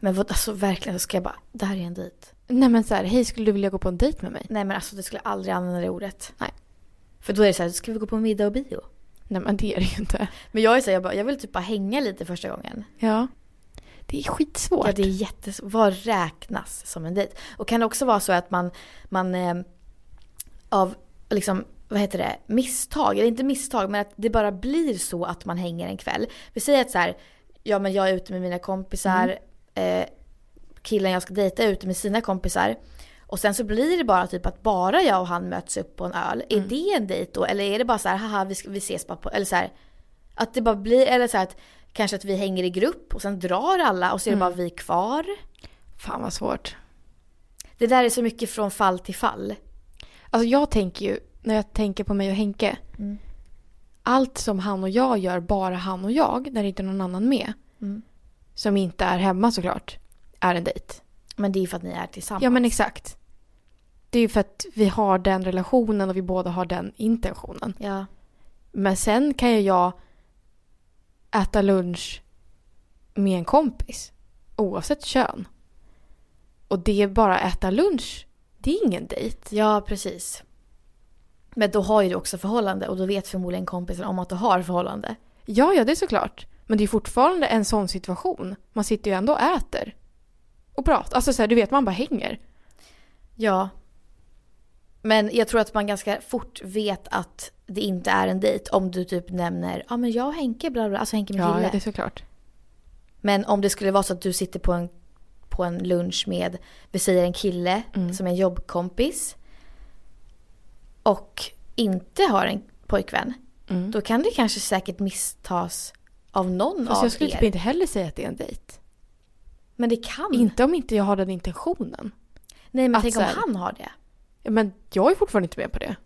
[SPEAKER 2] Men vad, alltså verkligen, så ska jag bara, det här är en dejt.
[SPEAKER 3] Nej men så här, hej skulle du vilja gå på en dejt med mig?
[SPEAKER 2] Nej men alltså det skulle jag aldrig använda det ordet.
[SPEAKER 3] Nej.
[SPEAKER 2] För då är det så här, ska vi gå på middag och bio?
[SPEAKER 3] Nej men det är det ju inte.
[SPEAKER 2] Men jag är så här, jag, bara, jag vill typ bara hänga lite första gången.
[SPEAKER 3] Ja. Det är skitsvårt.
[SPEAKER 2] Ja det är jättesvårt. Vad räknas som en dejt? Och kan det också vara så att man, man eh, av liksom, vad heter det, misstag, eller inte misstag men att det bara blir så att man hänger en kväll. Vi säger att så här, ja men jag är ute med mina kompisar, eh, killen jag ska dejta är ute med sina kompisar. Och sen så blir det bara typ att bara jag och han möts upp på en öl. Är det en dejt då? Eller är det bara så här, haha vi, ska, vi ses bara på, eller så här. Att det bara blir, eller så här att kanske att vi hänger i grupp och sen drar alla och så är det
[SPEAKER 3] Mm.
[SPEAKER 2] bara vi kvar.
[SPEAKER 3] Fan vad svårt.
[SPEAKER 2] Det där är så mycket från fall till fall.
[SPEAKER 3] Alltså jag tänker ju, när jag tänker på mig och Henke. Allt som han och jag gör, bara han och jag, när det inte är någon annan med. Som inte är hemma såklart, är en dejt.
[SPEAKER 2] Men det är ju för att ni är tillsammans.
[SPEAKER 3] Ja men exakt. Det är ju för att vi har den relationen och vi båda har den intentionen.
[SPEAKER 2] Ja.
[SPEAKER 3] Men sen kan ju jag äta lunch med en kompis. Oavsett kön. Och det är bara att äta lunch. Det är ingen dejt.
[SPEAKER 2] ja, precis. Men då har ju du också förhållande och då vet förmodligen kompisen om att du har förhållande.
[SPEAKER 3] Ja, ja det är såklart. Men det är fortfarande en sån situation. Man sitter ju ändå och äter. Och pratar. Alltså så här, du vet man bara hänger.
[SPEAKER 2] Ja. Men jag tror att man ganska fort vet att det inte är en dejt om du typ nämner ja ah, men jag och Henke bla bla, bla, alltså Henke min
[SPEAKER 3] Ja,
[SPEAKER 2] kille.
[SPEAKER 3] ja det är såklart.
[SPEAKER 2] Men om det skulle vara så att du sitter på en, på en lunch med, vi säger en kille
[SPEAKER 3] Mm.
[SPEAKER 2] som är en jobbkompis och inte har en
[SPEAKER 3] Mm.
[SPEAKER 2] pojkvän. Då kan det kanske säkert misstas av någon
[SPEAKER 3] Fast
[SPEAKER 2] av
[SPEAKER 3] jag skulle
[SPEAKER 2] er.
[SPEAKER 3] typ inte heller säga att det är en dejt.
[SPEAKER 2] Men det kan.
[SPEAKER 3] Inte om inte jag har den intentionen.
[SPEAKER 2] Nej men
[SPEAKER 3] att
[SPEAKER 2] tänk
[SPEAKER 3] så
[SPEAKER 2] om
[SPEAKER 3] här-
[SPEAKER 2] han har det.
[SPEAKER 3] Ja, Men jag är fortfarande inte med på det.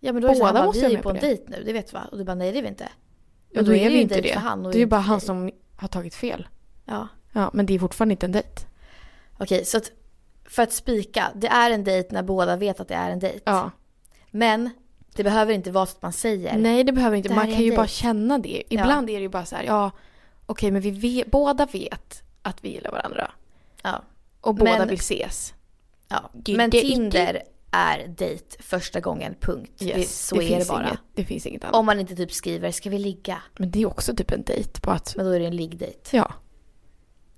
[SPEAKER 2] Ja men då är det så här,
[SPEAKER 3] Båda
[SPEAKER 2] han bara,
[SPEAKER 3] måste
[SPEAKER 2] vi är
[SPEAKER 3] vara
[SPEAKER 2] ju
[SPEAKER 3] med
[SPEAKER 2] på en
[SPEAKER 3] på
[SPEAKER 2] dejt
[SPEAKER 3] det.
[SPEAKER 2] nu, det vet du va? Och du bara nej det är vi inte.
[SPEAKER 3] Och
[SPEAKER 2] då är det ju
[SPEAKER 3] vi
[SPEAKER 2] en dejt för han och
[SPEAKER 3] det är ju
[SPEAKER 2] inte
[SPEAKER 3] bara
[SPEAKER 2] för
[SPEAKER 3] han
[SPEAKER 2] dig.
[SPEAKER 3] som har tagit fel.
[SPEAKER 2] Ja.
[SPEAKER 3] Ja, men det är fortfarande inte en dejt.
[SPEAKER 2] Okej så att, för att spika, det är en dejt när båda vet att det är en dejt.
[SPEAKER 3] Ja.
[SPEAKER 2] Men det behöver inte vara så att man säger.
[SPEAKER 3] Nej, det behöver inte.
[SPEAKER 2] Det här
[SPEAKER 3] Man
[SPEAKER 2] är
[SPEAKER 3] kan
[SPEAKER 2] en
[SPEAKER 3] ju bara
[SPEAKER 2] dejt.
[SPEAKER 3] känna det. Ibland är det ju bara så här, ja, okej, men vi vet, båda vet att vi gillar varandra.
[SPEAKER 2] Ja.
[SPEAKER 3] Och båda
[SPEAKER 2] Men-
[SPEAKER 3] vill ses.
[SPEAKER 2] Ja.
[SPEAKER 3] Gud,
[SPEAKER 2] Men
[SPEAKER 3] det är
[SPEAKER 2] Tinder är dejt första gången, punkt. Det, så är det
[SPEAKER 3] finns
[SPEAKER 2] bara.
[SPEAKER 3] Inget, det finns inget annat.
[SPEAKER 2] Om man inte typ skriver “ska vi ligga?”
[SPEAKER 3] Men det är också typ en dejt på att,
[SPEAKER 2] men då är det en liggdejt.
[SPEAKER 3] ja.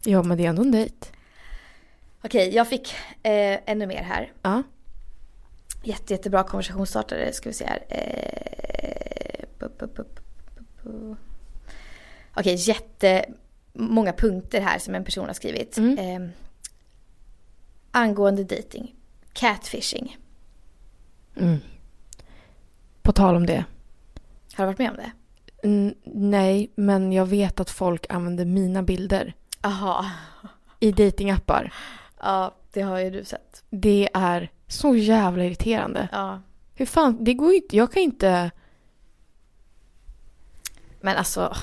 [SPEAKER 3] Ja, men det är ändå en dejt.
[SPEAKER 2] Okej, jag fick eh, ännu mer här.
[SPEAKER 3] Ja.
[SPEAKER 2] Jätte, jättebra konversationsstartare. Ska vi se här. Eh, bu- bu- bu- bu- bu- Okej, jättemånga punkter här som en person har skrivit. Eh, angående dating. Catfishing.
[SPEAKER 3] Mm. På tal om det.
[SPEAKER 2] Har du varit med om det?
[SPEAKER 3] Mm, nej, men jag vet att folk använder mina bilder
[SPEAKER 2] Jaha.
[SPEAKER 3] i datingappar.
[SPEAKER 2] Ja, Det har ju du sett.
[SPEAKER 3] Det är så jävla irriterande.
[SPEAKER 2] Ja.
[SPEAKER 3] Hur fan, det går ju inte, jag kan inte...
[SPEAKER 2] Men alltså,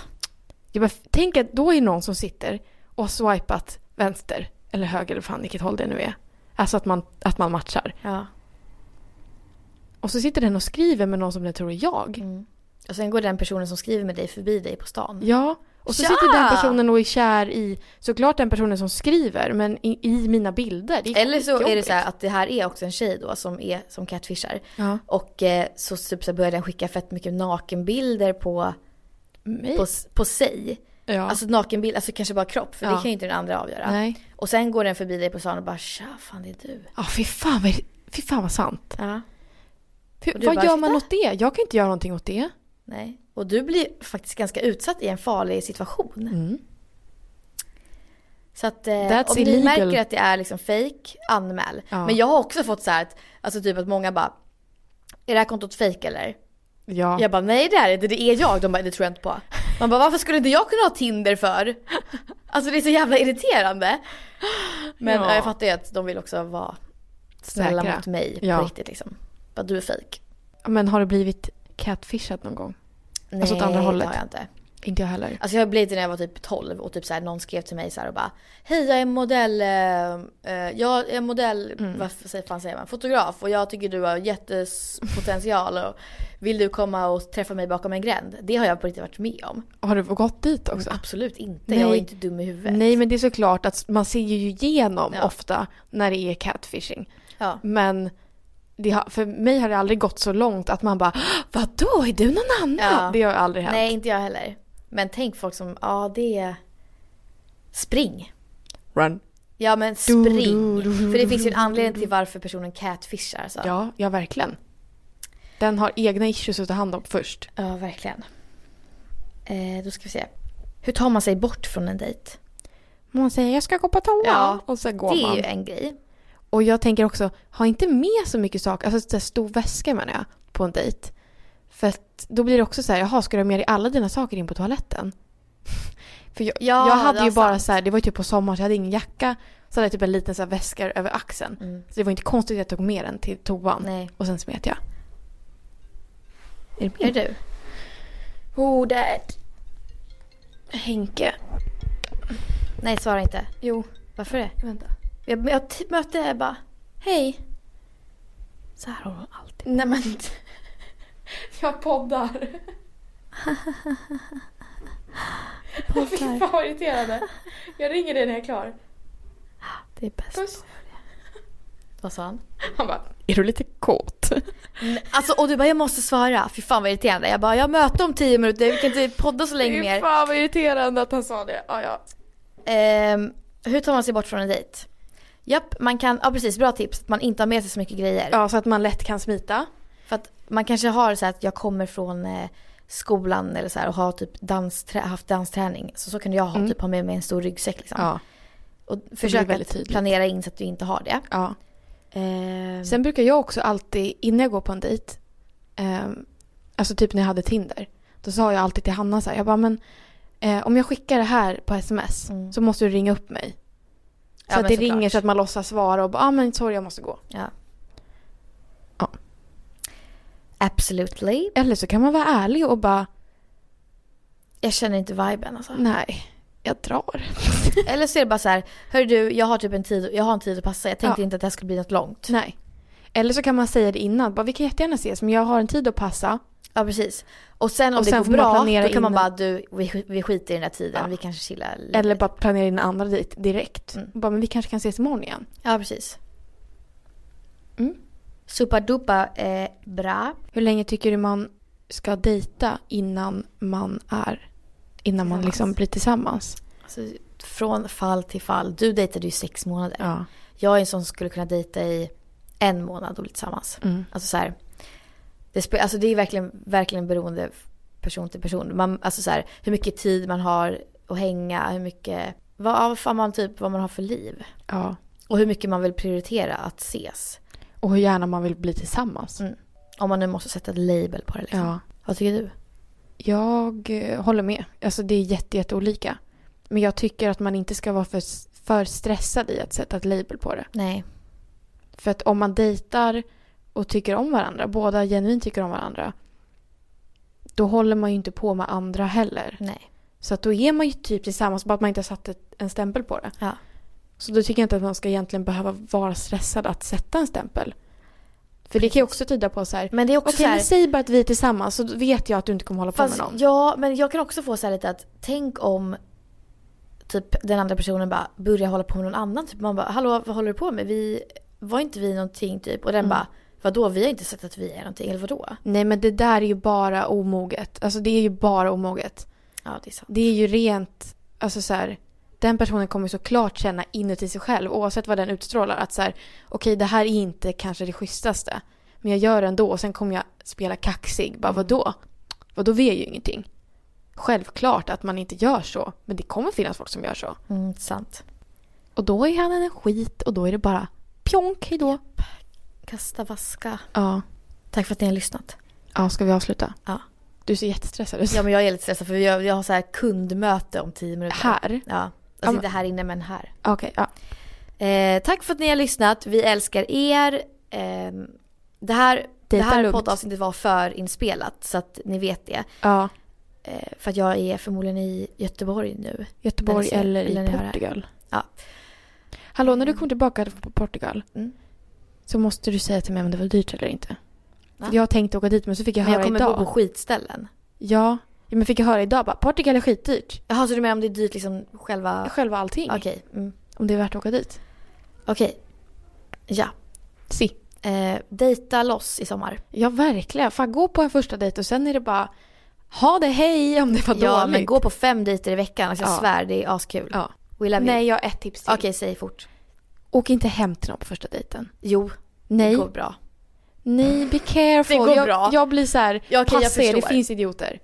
[SPEAKER 3] Jag bara, tänk att då är någon som sitter och har swipat vänster eller höger eller fan vilket håll det nu är. Alltså att man, att man matchar.
[SPEAKER 2] ja.
[SPEAKER 3] Och så sitter den och skriver med någon som den tror är jag.
[SPEAKER 2] Och sen går den personen som skriver med dig förbi dig på stan.
[SPEAKER 3] Ja. Och så
[SPEAKER 2] Tja!
[SPEAKER 3] sitter den personen och är kär i, såklart den personen som skriver, men i, i mina bilder. Det
[SPEAKER 2] Eller så är det
[SPEAKER 3] skitjobbigt.
[SPEAKER 2] så här att det här är också en tjej då som är som catfishar.
[SPEAKER 3] Ja.
[SPEAKER 2] Och eh, så, typ, så börjar den skicka fett mycket nakenbilder på,
[SPEAKER 3] Mig?
[SPEAKER 2] på, på sig.
[SPEAKER 3] ja.
[SPEAKER 2] Alltså nakenbild, alltså kanske bara kropp för
[SPEAKER 3] Ja.
[SPEAKER 2] det kan ju inte den andra avgöra.
[SPEAKER 3] Nej.
[SPEAKER 2] Och sen går den förbi dig på stan och bara tja, fan det är du.
[SPEAKER 3] Ja, fy fan vad, fy fan vad sant.
[SPEAKER 2] Ja.
[SPEAKER 3] Fy,
[SPEAKER 2] Och
[SPEAKER 3] vad
[SPEAKER 2] du bara,
[SPEAKER 3] gör man
[SPEAKER 2] "Ursäkta?"
[SPEAKER 3] åt det? Jag kan inte göra någonting åt det.
[SPEAKER 2] Nej. Och du blir faktiskt ganska utsatt i en farlig situation. Så att eh,
[SPEAKER 3] Mm. That's
[SPEAKER 2] om ni
[SPEAKER 3] illegal.
[SPEAKER 2] märker att det är liksom fake, anmäl.
[SPEAKER 3] Ja.
[SPEAKER 2] Men jag har också fått så här att, alltså typ att många bara är det här kontot fake eller?
[SPEAKER 3] Ja.
[SPEAKER 2] Jag bara nej det här är inte, det är jag. De bara det tror jag inte på. Man bara varför skulle inte jag kunna ha Tinder för? Alltså det är så jävla irriterande. Men
[SPEAKER 3] Ja.
[SPEAKER 2] ja. jag fattar ju att de vill också vara snälla
[SPEAKER 3] Säkra.
[SPEAKER 2] mot mig
[SPEAKER 3] Ja.
[SPEAKER 2] på riktigt liksom. Bara du är fake.
[SPEAKER 3] Men har du blivit catfishad någon gång?
[SPEAKER 2] Nej,
[SPEAKER 3] Alltså åt andra
[SPEAKER 2] det
[SPEAKER 3] hållet.
[SPEAKER 2] har jag inte.
[SPEAKER 3] Inte jag heller.
[SPEAKER 2] Alltså jag blev det när jag var typ 12 och typ så här, någon skrev till mig så här och bara Hej jag är modell, eh, eh, jag är modell,
[SPEAKER 3] Mm.
[SPEAKER 2] vad säger, fan säger man, fotograf och jag tycker du har jättepotential och vill du komma och träffa mig bakom en gränd? Det har jag på riktigt varit med om.
[SPEAKER 3] Har du gått dit också?
[SPEAKER 2] Absolut inte,
[SPEAKER 3] Nej.
[SPEAKER 2] jag är inte dum i huvudet.
[SPEAKER 3] Nej men det är såklart att man ser ju igenom
[SPEAKER 2] Ja.
[SPEAKER 3] ofta när det är catfishing.
[SPEAKER 2] Ja.
[SPEAKER 3] Men det har, för mig har det aldrig gått så långt att man bara Vadå, är du någon annan?
[SPEAKER 2] Ja.
[SPEAKER 3] Det har aldrig hänt.
[SPEAKER 2] Nej inte jag heller. Men tänk folk som, ja det är... Spring.
[SPEAKER 3] Run.
[SPEAKER 2] Ja men spring.
[SPEAKER 3] du, du,
[SPEAKER 2] För det finns ju en anledning till varför personen catfishar. Så.
[SPEAKER 3] Ja, ja verkligen. Den har egna issues att ta hand om först.
[SPEAKER 2] Ja, verkligen. Eh, då ska vi se. Hur tar man sig bort från en dejt?
[SPEAKER 3] Man säger jag ska gå på toa
[SPEAKER 2] Ja,
[SPEAKER 3] och sen går
[SPEAKER 2] det
[SPEAKER 3] man.
[SPEAKER 2] är ju en grej.
[SPEAKER 3] Och jag tänker också, ha inte med så mycket saker, alltså en stor väska menar jag, på en dejt. För att då blir det också så här, jaha, ska du ha med dig alla dina saker in på toaletten? För jag,
[SPEAKER 2] Ja,
[SPEAKER 3] jag hade
[SPEAKER 2] det
[SPEAKER 3] ju
[SPEAKER 2] var
[SPEAKER 3] bara
[SPEAKER 2] sant.
[SPEAKER 3] så här, det var ju typ på sommaren så jag hade ingen jacka. Så hade jag typ en liten så här väska över axeln. Så det var inte konstigt att jag tog med den till toan.
[SPEAKER 2] Nej.
[SPEAKER 3] Och sen smet jag. Är det
[SPEAKER 2] Är
[SPEAKER 3] min?
[SPEAKER 2] det du?
[SPEAKER 3] Oh, dad. Henke.
[SPEAKER 2] Nej, svara inte.
[SPEAKER 3] Jo,
[SPEAKER 2] Varför det?
[SPEAKER 3] vänta.
[SPEAKER 2] Jag, jag t- mötte bara, hej. Så här har hon alltid.
[SPEAKER 3] Nej men. Jag poddar. Fy fan vad irriterande. Jag ringer dig när jag är klar.
[SPEAKER 2] Det är bäst.
[SPEAKER 3] Puss.
[SPEAKER 2] Vad sa han?
[SPEAKER 3] Han bara, är du lite kåt?
[SPEAKER 2] Alltså, och du bara, jag måste svara. Fy fan vad irriterande. Jag bara, jag har möte om tio minuter. Vi kan inte podda så länge
[SPEAKER 3] Fy
[SPEAKER 2] mer.
[SPEAKER 3] fan vad irriterande att han sa det. Ja, ja.
[SPEAKER 2] Ehm, hur tar man sig bort från en dejt? Japp, man kan, ja precis, bra tips. Att man inte har med sig så mycket grejer.
[SPEAKER 3] ja, så att man lätt kan smita.
[SPEAKER 2] För att man kanske har så här att jag kommer från eh, skolan eller så här och har typ dansträ- haft dansträning. Så så kan jag ha,
[SPEAKER 3] Mm.
[SPEAKER 2] typ, ha med mig en stor ryggsäck liksom. Och försök
[SPEAKER 3] väldigt
[SPEAKER 2] att
[SPEAKER 3] tydligt.
[SPEAKER 2] planera in så att du inte har det.
[SPEAKER 3] ja.
[SPEAKER 2] Ehm,
[SPEAKER 3] Sen brukar jag också alltid, innan jag går på en dejt, ehm, alltså typ när jag hade Tinder, då sa jag alltid till Hanna så här, jag bara men eh, om jag skickar det här på sms så måste du ringa upp mig. Så
[SPEAKER 2] Mm. Ja,
[SPEAKER 3] att
[SPEAKER 2] men
[SPEAKER 3] det
[SPEAKER 2] såklart.
[SPEAKER 3] ringer så att man låtsas svara och bara, ah, men sorry jag måste gå.
[SPEAKER 2] ja.
[SPEAKER 3] Ja.
[SPEAKER 2] Absolutely.
[SPEAKER 3] Eller så kan man vara ärlig och bara,
[SPEAKER 2] Jag känner inte viben alltså.
[SPEAKER 3] nej, jag drar.
[SPEAKER 2] Eller så är det bara så här, hör du, jag har typ en tid, jag har en tid att passa. Jag tänkte
[SPEAKER 3] Ja.
[SPEAKER 2] inte att det här skulle bli något långt.
[SPEAKER 3] nej. Eller så kan man säga det innan, bara, vi kan jättegärna ses men jag har en tid att passa.
[SPEAKER 2] Ja precis. Och sen om
[SPEAKER 3] Och
[SPEAKER 2] det
[SPEAKER 3] sen
[SPEAKER 2] går
[SPEAKER 3] får man
[SPEAKER 2] bra, då kan
[SPEAKER 3] planera
[SPEAKER 2] man
[SPEAKER 3] in-
[SPEAKER 2] bara du, vi, sk- vi skiter i den här tiden,
[SPEAKER 3] Ja.
[SPEAKER 2] vi kanske chillar lite.
[SPEAKER 3] Eller bara planera in en andra dejt direkt.
[SPEAKER 2] Mm.
[SPEAKER 3] Och bara, men vi kanske kan ses imorgon igen.
[SPEAKER 2] Ja precis.
[SPEAKER 3] Mm.
[SPEAKER 2] Superdupa eh, bra.
[SPEAKER 3] Hur länge tycker du man ska dejta innan man är innan man
[SPEAKER 2] Tillsammans.
[SPEAKER 3] liksom blir tillsammans?
[SPEAKER 2] Alltså, från fall till fall. Du dejtade ju sex månader. Jag är en sån som skulle kunna dejta i en månad och bli tillsammans.
[SPEAKER 3] Mm.
[SPEAKER 2] Alltså så här, det, spe, alltså det är verkligen, verkligen beroende person till person. Man, alltså så här, hur mycket tid man har att hänga, hur mycket, vad, ja, vad fan man, typ, vad man har för liv.
[SPEAKER 3] ja.
[SPEAKER 2] Och hur mycket man vill prioritera att ses.
[SPEAKER 3] Och hur gärna man vill bli tillsammans.
[SPEAKER 2] Mm. Om man nu måste sätta ett label på det liksom.
[SPEAKER 3] Ja.
[SPEAKER 2] Vad tycker du?
[SPEAKER 3] Jag eh, håller med. Alltså det är jätte, jätteolika. Men jag tycker att man inte ska vara för, för stressad i att sätta ett label på det.
[SPEAKER 2] Nej.
[SPEAKER 3] För att om man dejtar och tycker om varandra, båda genuint tycker om varandra, då håller man ju inte på med andra heller.
[SPEAKER 2] Nej.
[SPEAKER 3] Så att då är man ju typ tillsammans, bara att man inte har satt ett, en stämpel på det.
[SPEAKER 2] Ja.
[SPEAKER 3] Så då tycker jag inte att man ska egentligen behöva vara stressad att sätta en stämpel. För det kan ju också tyda på så här.
[SPEAKER 2] Men det är också
[SPEAKER 3] Okej,
[SPEAKER 2] så här,
[SPEAKER 3] men säg bara att vi är tillsammans så vet jag att du inte kommer hålla på
[SPEAKER 2] Fast,
[SPEAKER 3] med någon.
[SPEAKER 2] ja, men jag kan också få så här lite att tänk om typ den andra personen bara börjar hålla på med någon annan. Typ man bara hallå vad håller du på med? Vi var inte vi någonting typ och den bara vadå vi har inte sett att vi är någonting eller vadå?
[SPEAKER 3] Nej men det där är ju bara omoget. Alltså det är ju bara omoget.
[SPEAKER 2] Ja det är sant.
[SPEAKER 3] Det är ju rent, alltså så här. Den personen kommer ju såklart känna inuti sig själv oavsett vad den utstrålar att så här, okej det här är inte kanske det schysstaste. Men jag gör det ändå och sen kommer jag spela kaxig. Bara vadå? Vadå vi är ju ingenting. Självklart att man inte gör så. Men det kommer finnas folk som gör så.
[SPEAKER 2] Mm, sant.
[SPEAKER 3] Och då är han en skit och då är det bara pjonk, hejdå.
[SPEAKER 2] Kasta vaska.
[SPEAKER 3] Ja.
[SPEAKER 2] Tack för att ni har lyssnat.
[SPEAKER 3] ja, ska vi avsluta?
[SPEAKER 2] Ja.
[SPEAKER 3] Du ser jättestressad ut.
[SPEAKER 2] Ja men jag är lite stressad för jag, jag har så här kundmöte om tio minuter.
[SPEAKER 3] Här?
[SPEAKER 2] Ja. Alltså
[SPEAKER 3] men-
[SPEAKER 2] inte här inne men här.
[SPEAKER 3] Okej, ja.
[SPEAKER 2] Eh, tack för att ni har lyssnat. Vi älskar er. Ehm, det här, det
[SPEAKER 3] Dejta
[SPEAKER 2] här
[SPEAKER 3] lugnt.
[SPEAKER 2] poddavsnittet var förinspelat så att ni vet det.
[SPEAKER 3] ja.
[SPEAKER 2] Eh, för att jag är förmodligen i Göteborg nu. När
[SPEAKER 3] Göteborg
[SPEAKER 2] ni ser-
[SPEAKER 3] eller i
[SPEAKER 2] eller ni hör det här.
[SPEAKER 3] Portugal.
[SPEAKER 2] Ja.
[SPEAKER 3] Hallå, när du kommer tillbaka från Portugal
[SPEAKER 2] Mm.
[SPEAKER 3] så måste du säga till mig om det var dyrt eller inte. För
[SPEAKER 2] Va?
[SPEAKER 3] Jag tänkte åka dit men så fick jag
[SPEAKER 2] Men
[SPEAKER 3] höra
[SPEAKER 2] jag kommer
[SPEAKER 3] idag.
[SPEAKER 2] bo på skitställen.
[SPEAKER 3] Ja. ja, men fick jag höra idag bara Portugal är skitdyrt.
[SPEAKER 2] Jaha så du menar om det är dyrt liksom själva...
[SPEAKER 3] Själva allting.
[SPEAKER 2] Okej. Mm.
[SPEAKER 3] Om det är värt att åka dit.
[SPEAKER 2] Okej. Ja.
[SPEAKER 3] Si.
[SPEAKER 2] Eh, dejta loss i sommar.
[SPEAKER 3] Ja, verkligen. Fan, gå på en första dejt och sen är det bara ha det hej om det var
[SPEAKER 2] ja
[SPEAKER 3] dåligt.
[SPEAKER 2] men gå på fem dejter i veckan. Alltså jag
[SPEAKER 3] Ja.
[SPEAKER 2] svär det är askul.
[SPEAKER 3] Ja.
[SPEAKER 2] We love
[SPEAKER 3] Nej,
[SPEAKER 2] you.
[SPEAKER 3] jag har ett tips till.
[SPEAKER 2] Okej säg fort.
[SPEAKER 3] Åk inte hem till någon på första dejten.
[SPEAKER 2] Jo.
[SPEAKER 3] Nej,
[SPEAKER 2] Det går bra.
[SPEAKER 3] nej, be careful.
[SPEAKER 2] Det går
[SPEAKER 3] jag,
[SPEAKER 2] bra.
[SPEAKER 3] jag blir så här,
[SPEAKER 2] Ja, okej, jag
[SPEAKER 3] passa er, det
[SPEAKER 2] förstår.
[SPEAKER 3] finns idioter.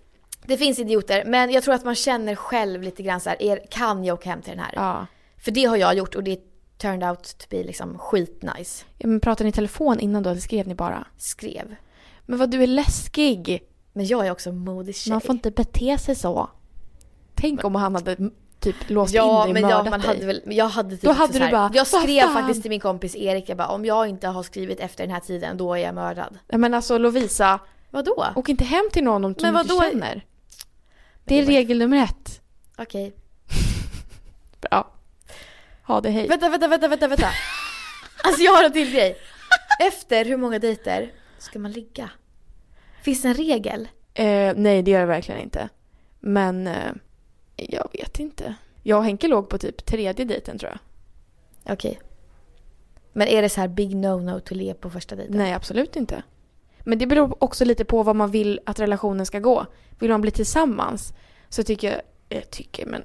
[SPEAKER 2] Det finns idioter men jag tror att man känner själv lite grann så här, är, kan jag åka hem till den här?
[SPEAKER 3] Ja.
[SPEAKER 2] För det har jag gjort och det turned out to be liksom skitnice.
[SPEAKER 3] Ja, Men pratade ni i telefon innan då eller skrev ni bara?
[SPEAKER 2] Skrev.
[SPEAKER 3] Men vad du är läskig.
[SPEAKER 2] Men jag är också en modig tjej.
[SPEAKER 3] Man får inte bete sig så. Tänk om han hade m- typ låst
[SPEAKER 2] Ja
[SPEAKER 3] in dig
[SPEAKER 2] men
[SPEAKER 3] och
[SPEAKER 2] ja,
[SPEAKER 3] mördat
[SPEAKER 2] man
[SPEAKER 3] dig.
[SPEAKER 2] hade väl, men jag hade typ
[SPEAKER 3] Då
[SPEAKER 2] också
[SPEAKER 3] hade
[SPEAKER 2] så
[SPEAKER 3] du
[SPEAKER 2] här-
[SPEAKER 3] bara,
[SPEAKER 2] Jag
[SPEAKER 3] "Vad
[SPEAKER 2] skrev
[SPEAKER 3] fan?"
[SPEAKER 2] faktiskt till min kompis Erik, jag bara om jag inte har skrivit efter den här tiden då är jag mördad.
[SPEAKER 3] Nej, men alltså Lovisa,
[SPEAKER 2] Vadå?
[SPEAKER 3] åk inte hem till någon om du
[SPEAKER 2] Men
[SPEAKER 3] inte
[SPEAKER 2] vadå?
[SPEAKER 3] känner. Det är
[SPEAKER 2] det var-
[SPEAKER 3] regel nummer ett.
[SPEAKER 2] Okej.
[SPEAKER 3] Bra. Ha det hej.
[SPEAKER 2] Vänta, vänta, vänta, vänta, vänta. Alltså jag har en till grej. Efter hur många dejter ska man ligga? Finns det en regel?
[SPEAKER 3] Eh, nej, det gör det verkligen inte. Men eh, jag vet inte. Jag och Henke låg på typ tredje dejten tror jag.
[SPEAKER 2] Okej. Men är det så här big no-no to le på första dejten?
[SPEAKER 3] Nej, absolut inte. Men det beror också lite på vad man vill att relationen ska gå. Vill man bli tillsammans så tycker jag, jag eh, tycker men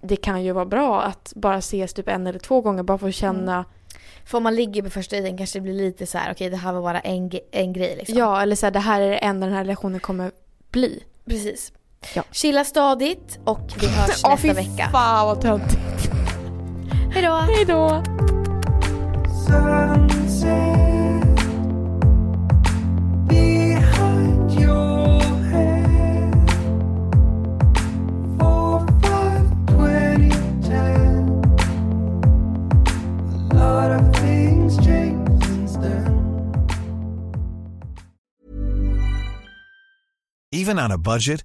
[SPEAKER 3] det kan ju vara bra att bara ses typ en eller två gånger bara för att känna,
[SPEAKER 2] För om man ligger på första dejten kanske det blir lite så här, okej det här var bara en, ge- en grej liksom.
[SPEAKER 3] ja eller så här, det här är det enda den här relationen kommer bli.
[SPEAKER 2] Precis.
[SPEAKER 3] Ja.
[SPEAKER 2] Chilla stadigt och vi hörs
[SPEAKER 3] Åh,
[SPEAKER 2] nästa vecka.
[SPEAKER 3] fan vad töntigt.
[SPEAKER 2] Hej då!
[SPEAKER 3] Hejdå!
[SPEAKER 6] Sunset behind your head. Four, five, twenty, ten. A lot of things changed since then.
[SPEAKER 7] Even on a budget,